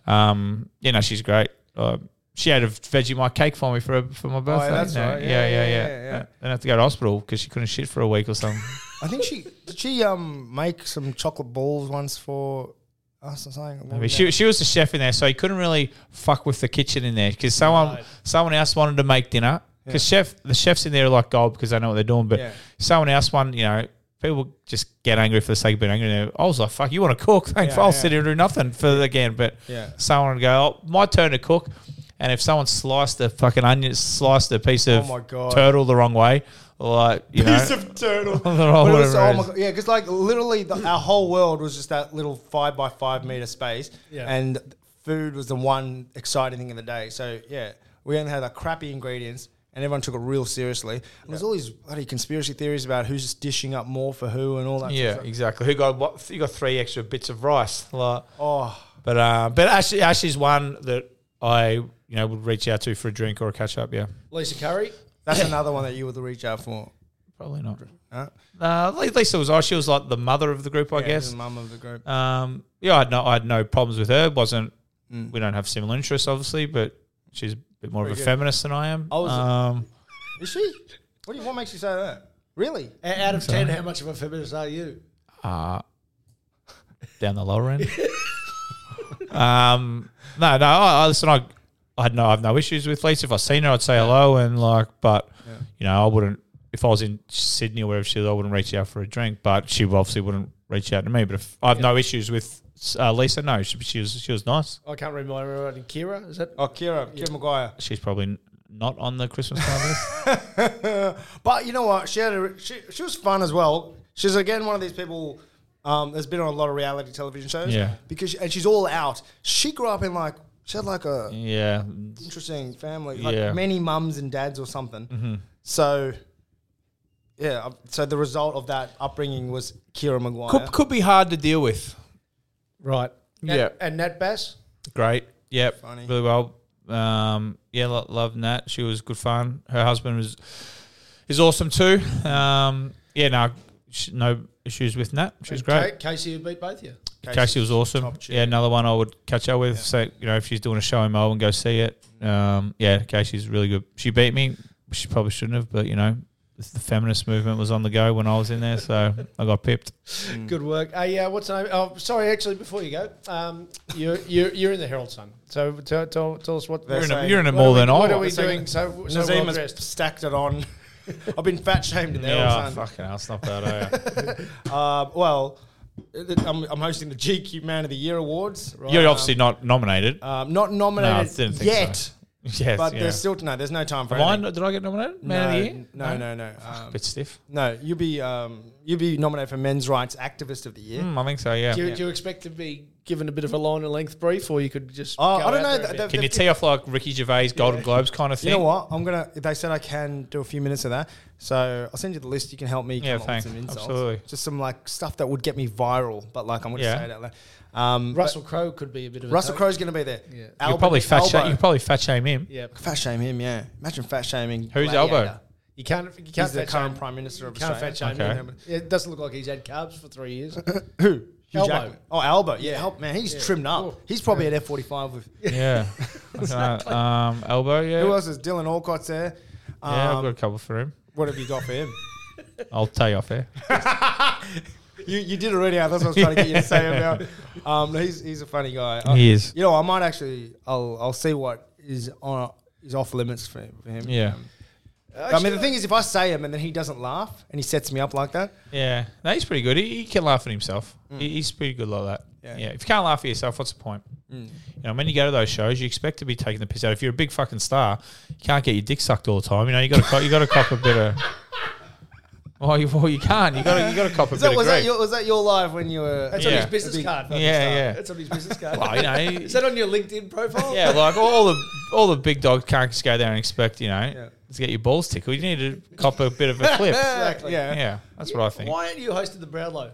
um, you know, she's great. Uh, she had a Vegemite cake for me for for my birthday. that's you know? right. Oh, Yeah, Yeah, yeah, yeah, yeah. yeah, yeah. Then I had to go to hospital because she couldn't shit for a week or something. I think she did she um make some chocolate balls once for us or something. I mean, she she was the chef in there, so he couldn't really fuck with the kitchen in there because someone someone else wanted to make dinner because chef the chefs in there are like gold because they know what they're doing, but Yeah. someone else one you know. People just get angry for the sake of being angry. And I was like, "Fuck, you want to cook? Thanks, Yeah, I'll yeah. sit here and do nothing for the again." But Yeah. someone would go, "Oh, my turn to cook," and if someone sliced a fucking onion, sliced a piece of Oh my God. turtle the wrong way, like you piece know, of turtle. They're all But it was- whatever it oh my is. God, yeah, because like literally the, our whole world was just that little five by five meter space, Yeah. and food was the one exciting thing of the day. So yeah, we only had like crappy ingredients. And everyone took it real seriously. And There's all these bloody conspiracy theories about who's just dishing up more for who and all that. Yeah, sort of stuff. exactly. Who got what? You got three extra bits of rice. Like, Oh. but uh, but Ash, Ash is one that I you know would reach out to for a drink or a catch up. Yeah, Lisa Curry. that's another one that you would reach out for. probably not. Huh? Uh, Li- Lisa was. oh, She was like the mother of the group, I Yeah, guess. the mum of the group. Um, yeah, I had no, I had no problems with her. wasn't Mm. We don't have similar interests, obviously, but she's a bit more of a feminist than I am. I was- um, Is she? What, do you, what makes you say that? Really? O- Out of ten, how much of a feminist are you? uh, down the lower end. um, no, no. I, I listen. I, I had no, I have no issues with Lisa. If I seen her, I'd say hello and like. But you know, I wouldn't. If I was in Sydney or wherever she was, I wouldn't reach out for a drink. But she obviously wouldn't reach out to me. But if I have no issues with uh, Lisa, no, she, she was she was nice. I can't remember. her name. Kira, is that? Oh, Kira, Kira Maguire. She's probably n- not on the Christmas card list. but you know what? She had a, she, she was fun as well. She's again one of these people um, that's been on a lot of reality television shows. Yeah. Because and she's all out. She grew up in like she had like a Yeah, interesting family, like Yeah. Mm-hmm. many mums and dads or something. So. Yeah, um, so the result of that upbringing was Kira Maguire. could, could be hard to deal with. Right. Nat- Yeah. And Nat Bass. Great. Yep. Funny. Really well. Um, yeah, lo- love Nat. She was good fun. Her husband was is awesome too. Um, yeah, no, sh- no issues with Nat. She's And great. Ca- Casey who beat both of you. Casey was awesome. top Yeah, another one I would catch up with. So you know, if she's doing a show in Melbourne, go see it. Um, yeah, Casey's really good. She beat me. She probably shouldn't have, but you know, it's the feminist movement was on the go when I was in there, so I got pipped. Good work. Hey, uh, what's the name? Oh, sorry. Actually, before you go, um, you're you're, you're in the Herald Sun. So tell tell, tell us what. You're in, Saying, it, you're in it what more are we- than what I are we was. doing? So, so well Nazima's dressed. stacked it on. I've been fat shamed in there. all Yeah, the time. fucking hell, it's not bad. eh? Uh, well, it- I'm, I'm hosting the GQ Man of the Year awards. Right? Um, You're obviously not nominated. Um, um, not No, I nominated didn't think yet, so. Yes, but yeah. there's still no. There's no time for Am I, anything. did I get nominated? No, Man of the year? no, no, no. Um, Bit stiff. no, you'll be um, you'll be nominated for Men's Rights Activist of the Year. Mm, I think so, yeah. Do you, do you expect to be given a bit of a line and length brief, or you could just? Oh, go I don't know. out there a th- bit? they've- Can you they've- tee off like Ricky Gervais, Golden Globes kind of thing? You know what? I'm gonna. They said I can do a few minutes of that, so I'll send you the list. You can help me. Yeah, come up with thanks. Some insults. Absolutely. Just some like stuff that would get me viral, but like I'm gonna Yeah. say it out loud. Um, but Russell Crowe could be a bit of a Russell toad. Crowe's gonna be there. Yeah. You Albert- could probably fat Elbow. shame, you could probably fat shame him. Yeah, Fat shame him, yeah. Imagine fat shaming. Who's Gladiator. Elbow? you can't. You can't He's the fat current shame- prime minister of you can't Australia. fat shame Okay. him. It doesn't look like he's had carbs for three years. Hugh Elbow. Jackman. Oh, Elbow. Yeah, help man. He's trimmed up. Cool. He's probably at F forty five with. Yeah. Okay, um, elbow, yeah. Who else is Dylan Alcott's there? Um, Yeah, I've got a couple for him. What have you got for him? I'll tell you off air. You, you did already. That's what I was trying to get you to say about. Um, he's, he's a funny guy. I- He is. You know, I might actually. I'll I'll see what is on is off limits for him. for him. Yeah. I mean, the thing is, if I say him and then he doesn't laugh and he sets me up like that, Yeah. No, he's pretty good. He, he can laugh at himself. Mm. He, he's pretty good like that. Yeah. Yeah. If you can't laugh at yourself, what's the point? Mm. You know, when you go to those shows, you expect to be taking the piss out. If you're a big fucking star, you can't get your dick sucked all the time. You know, you got to cop, you got to cop a bit of. Oh, you, well, you can't. You got to you got to cop a is bit that, was of grief. that your was that your live when you were? That's Yeah. on his business Big- card. fucking Yeah, star. yeah. That's on his business card. Well, you know, Is that on your LinkedIn profile? yeah, like all the all the big dogs can't just go there and expect you know Yeah. to get your balls tickled. You need to cop a bit of a clip. Exactly. Yeah. Yeah, that's what I think. Why aren't you hosting the Brownlow?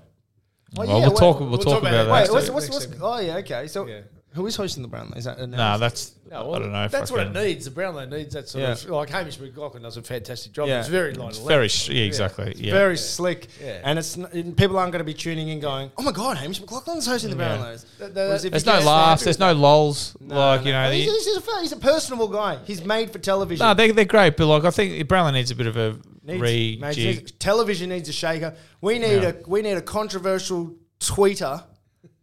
well, we'll talk. We'll, talk about, Wait, that. Wait, what's, Next what's, what's, segment. oh yeah, okay. So Who is hosting the Brownlow? Is that announced? No, that's No, well, I don't know. if That's I what it can- needs. The Brownlow needs that sort Yeah. of like Hamish McLaughlin does a fantastic job. Yeah. It's very line It's of very, length. sh- yeah, exactly. Yeah, very slick, Yeah. and it's n- and people aren't going to be tuning in going, "Oh my god, Hamish McLaughlin's hosting the Yeah. Brownlows." Th- th- Whereas if There's you no get laughs. snappy- There's no lols. No, like no, you know, no. the- he's, he's, a, fa- he's a personable guy. He's made for television. no, they're, they're great, but like I think Brownlee needs a bit of a Needs- needs- rejig. needs- television needs a shaker. We need Yeah. a we need a controversial tweeter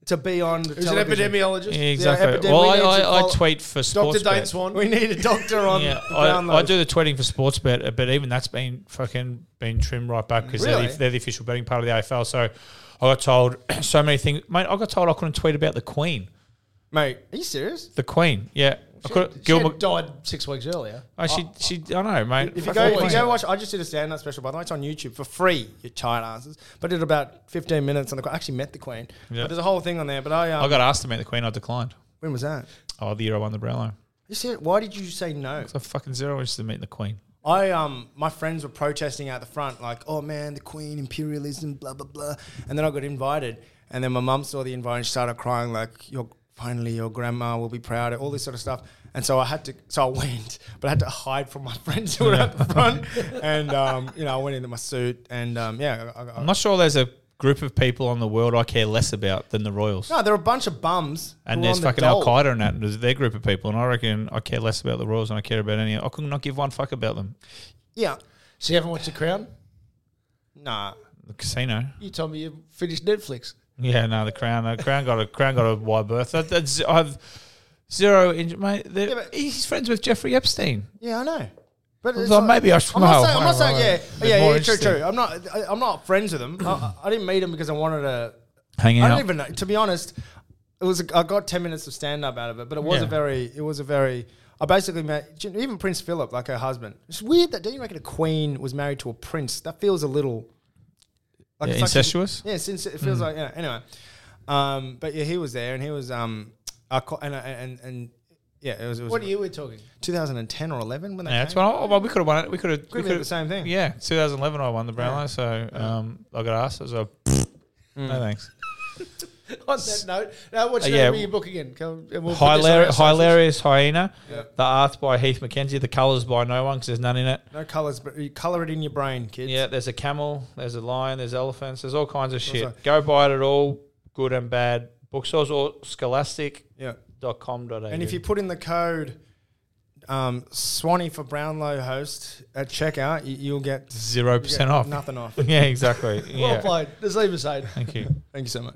to be on. The Who's an television. epidemiologist? Yeah, exactly. epidemic Well, needs I, to I, I follow- tweet for Dr. sports. Dane Swan. We need a doctor on. Yeah, the I, Brownlows. I do the tweeting for Sportsbet, but even that's been fucking been trimmed right back because they're, Really? the, they're the official betting part of the AFL. So I got told so many things. Mate, I got told I couldn't tweet about the Queen. Mate, are you serious? The Queen, yeah. I couldn't. She Gil had Mc- died six weeks earlier. oh, she, she, I know, mate. If you Fucking go, if you Queen. go watch, I just did a stand-up special by the way. It's on YouTube for free. You tired asses. But I did about fifteen minutes on the. que- I actually met the Queen. Yeah. But there's a whole thing on there. But I, um, I got asked to meet the Queen, I declined. when was that? Oh, the year I won the Brownlow. You said, why did you say no? So fucking zero interest in meeting the Queen. I um, my friends were protesting out the front, like, "Oh man, the Queen, imperialism, blah blah blah," and then I got invited, and then my mum saw the invite and she started crying, like, "Your finally, your grandma will be proud," all this sort of stuff. And so I had to, so I went, but I had to hide from my friends who were out the front, and um, you know, I went into my suit, and um, yeah, I, I, I'm not sure there's a group of people on the world I care less about than the Royals. No, there are a bunch of bums. and who are there's on the fucking Al dole. Qaeda and that, and there's their group of people. And I reckon I care less about the Royals than I care about any. I could not give one fuck about them. Yeah. So you haven't watched The Crown? Nah. The casino. You told me you finished Netflix. Yeah, no, the crown. The crown got a crown got a wide berth. That, that's I've zero. In, mate, they're- Yeah, but- he's friends with Jeffrey Epstein. Yeah, I know. But it's Well, maybe I should- I'm not well, saying. I'm not well, saying. well, Yeah, well, yeah, more yeah. True, interesting. true. I'm not. I, I'm not friends with him. I, I- I didn't meet him because I wanted to. Hanging I out. don't even know. To be honest, it was. A, I got ten minutes of stand up out of it, but it was a Yeah. very. It was a very. I basically met even Prince Philip, like her husband. It's weird that don't you reckon a queen was married to a prince? That feels a little like Yeah, it's actually- incestuous? Hmm. yeah, since it feels like yeah. Anyway, um, but yeah, he was there and he was um, I co- and and and yeah, it was. It was What year we talking? 2010 or 11 when they Yeah, came. that's when I, oh, well, we could have won it. We could have. Could've been the same thing. Yeah, 2011, I won the Brownlow, so um, I got asked. I was like, Mm. no thanks. On that note, now what's Uh, the yeah. name of your book again? Come, and we'll put this on our Hilari- socials. Hilarious Hyena. The art's by Heath McKenzie. The colours by no one because there's none in it. No colors, but you color it in your brain, kids. Yeah, there's a camel, there's a lion, there's elephants, there's all kinds of shit. Go buy it at all, good and bad. Bookstores or scholastic.com.au. Yeah. And if you put in the code um, Swanee for Brownlow host at checkout, you, you'll get zero percent off. nothing off. Yeah, exactly. Well yeah. played. Let's leave us eight. Thank you. Thank you so much.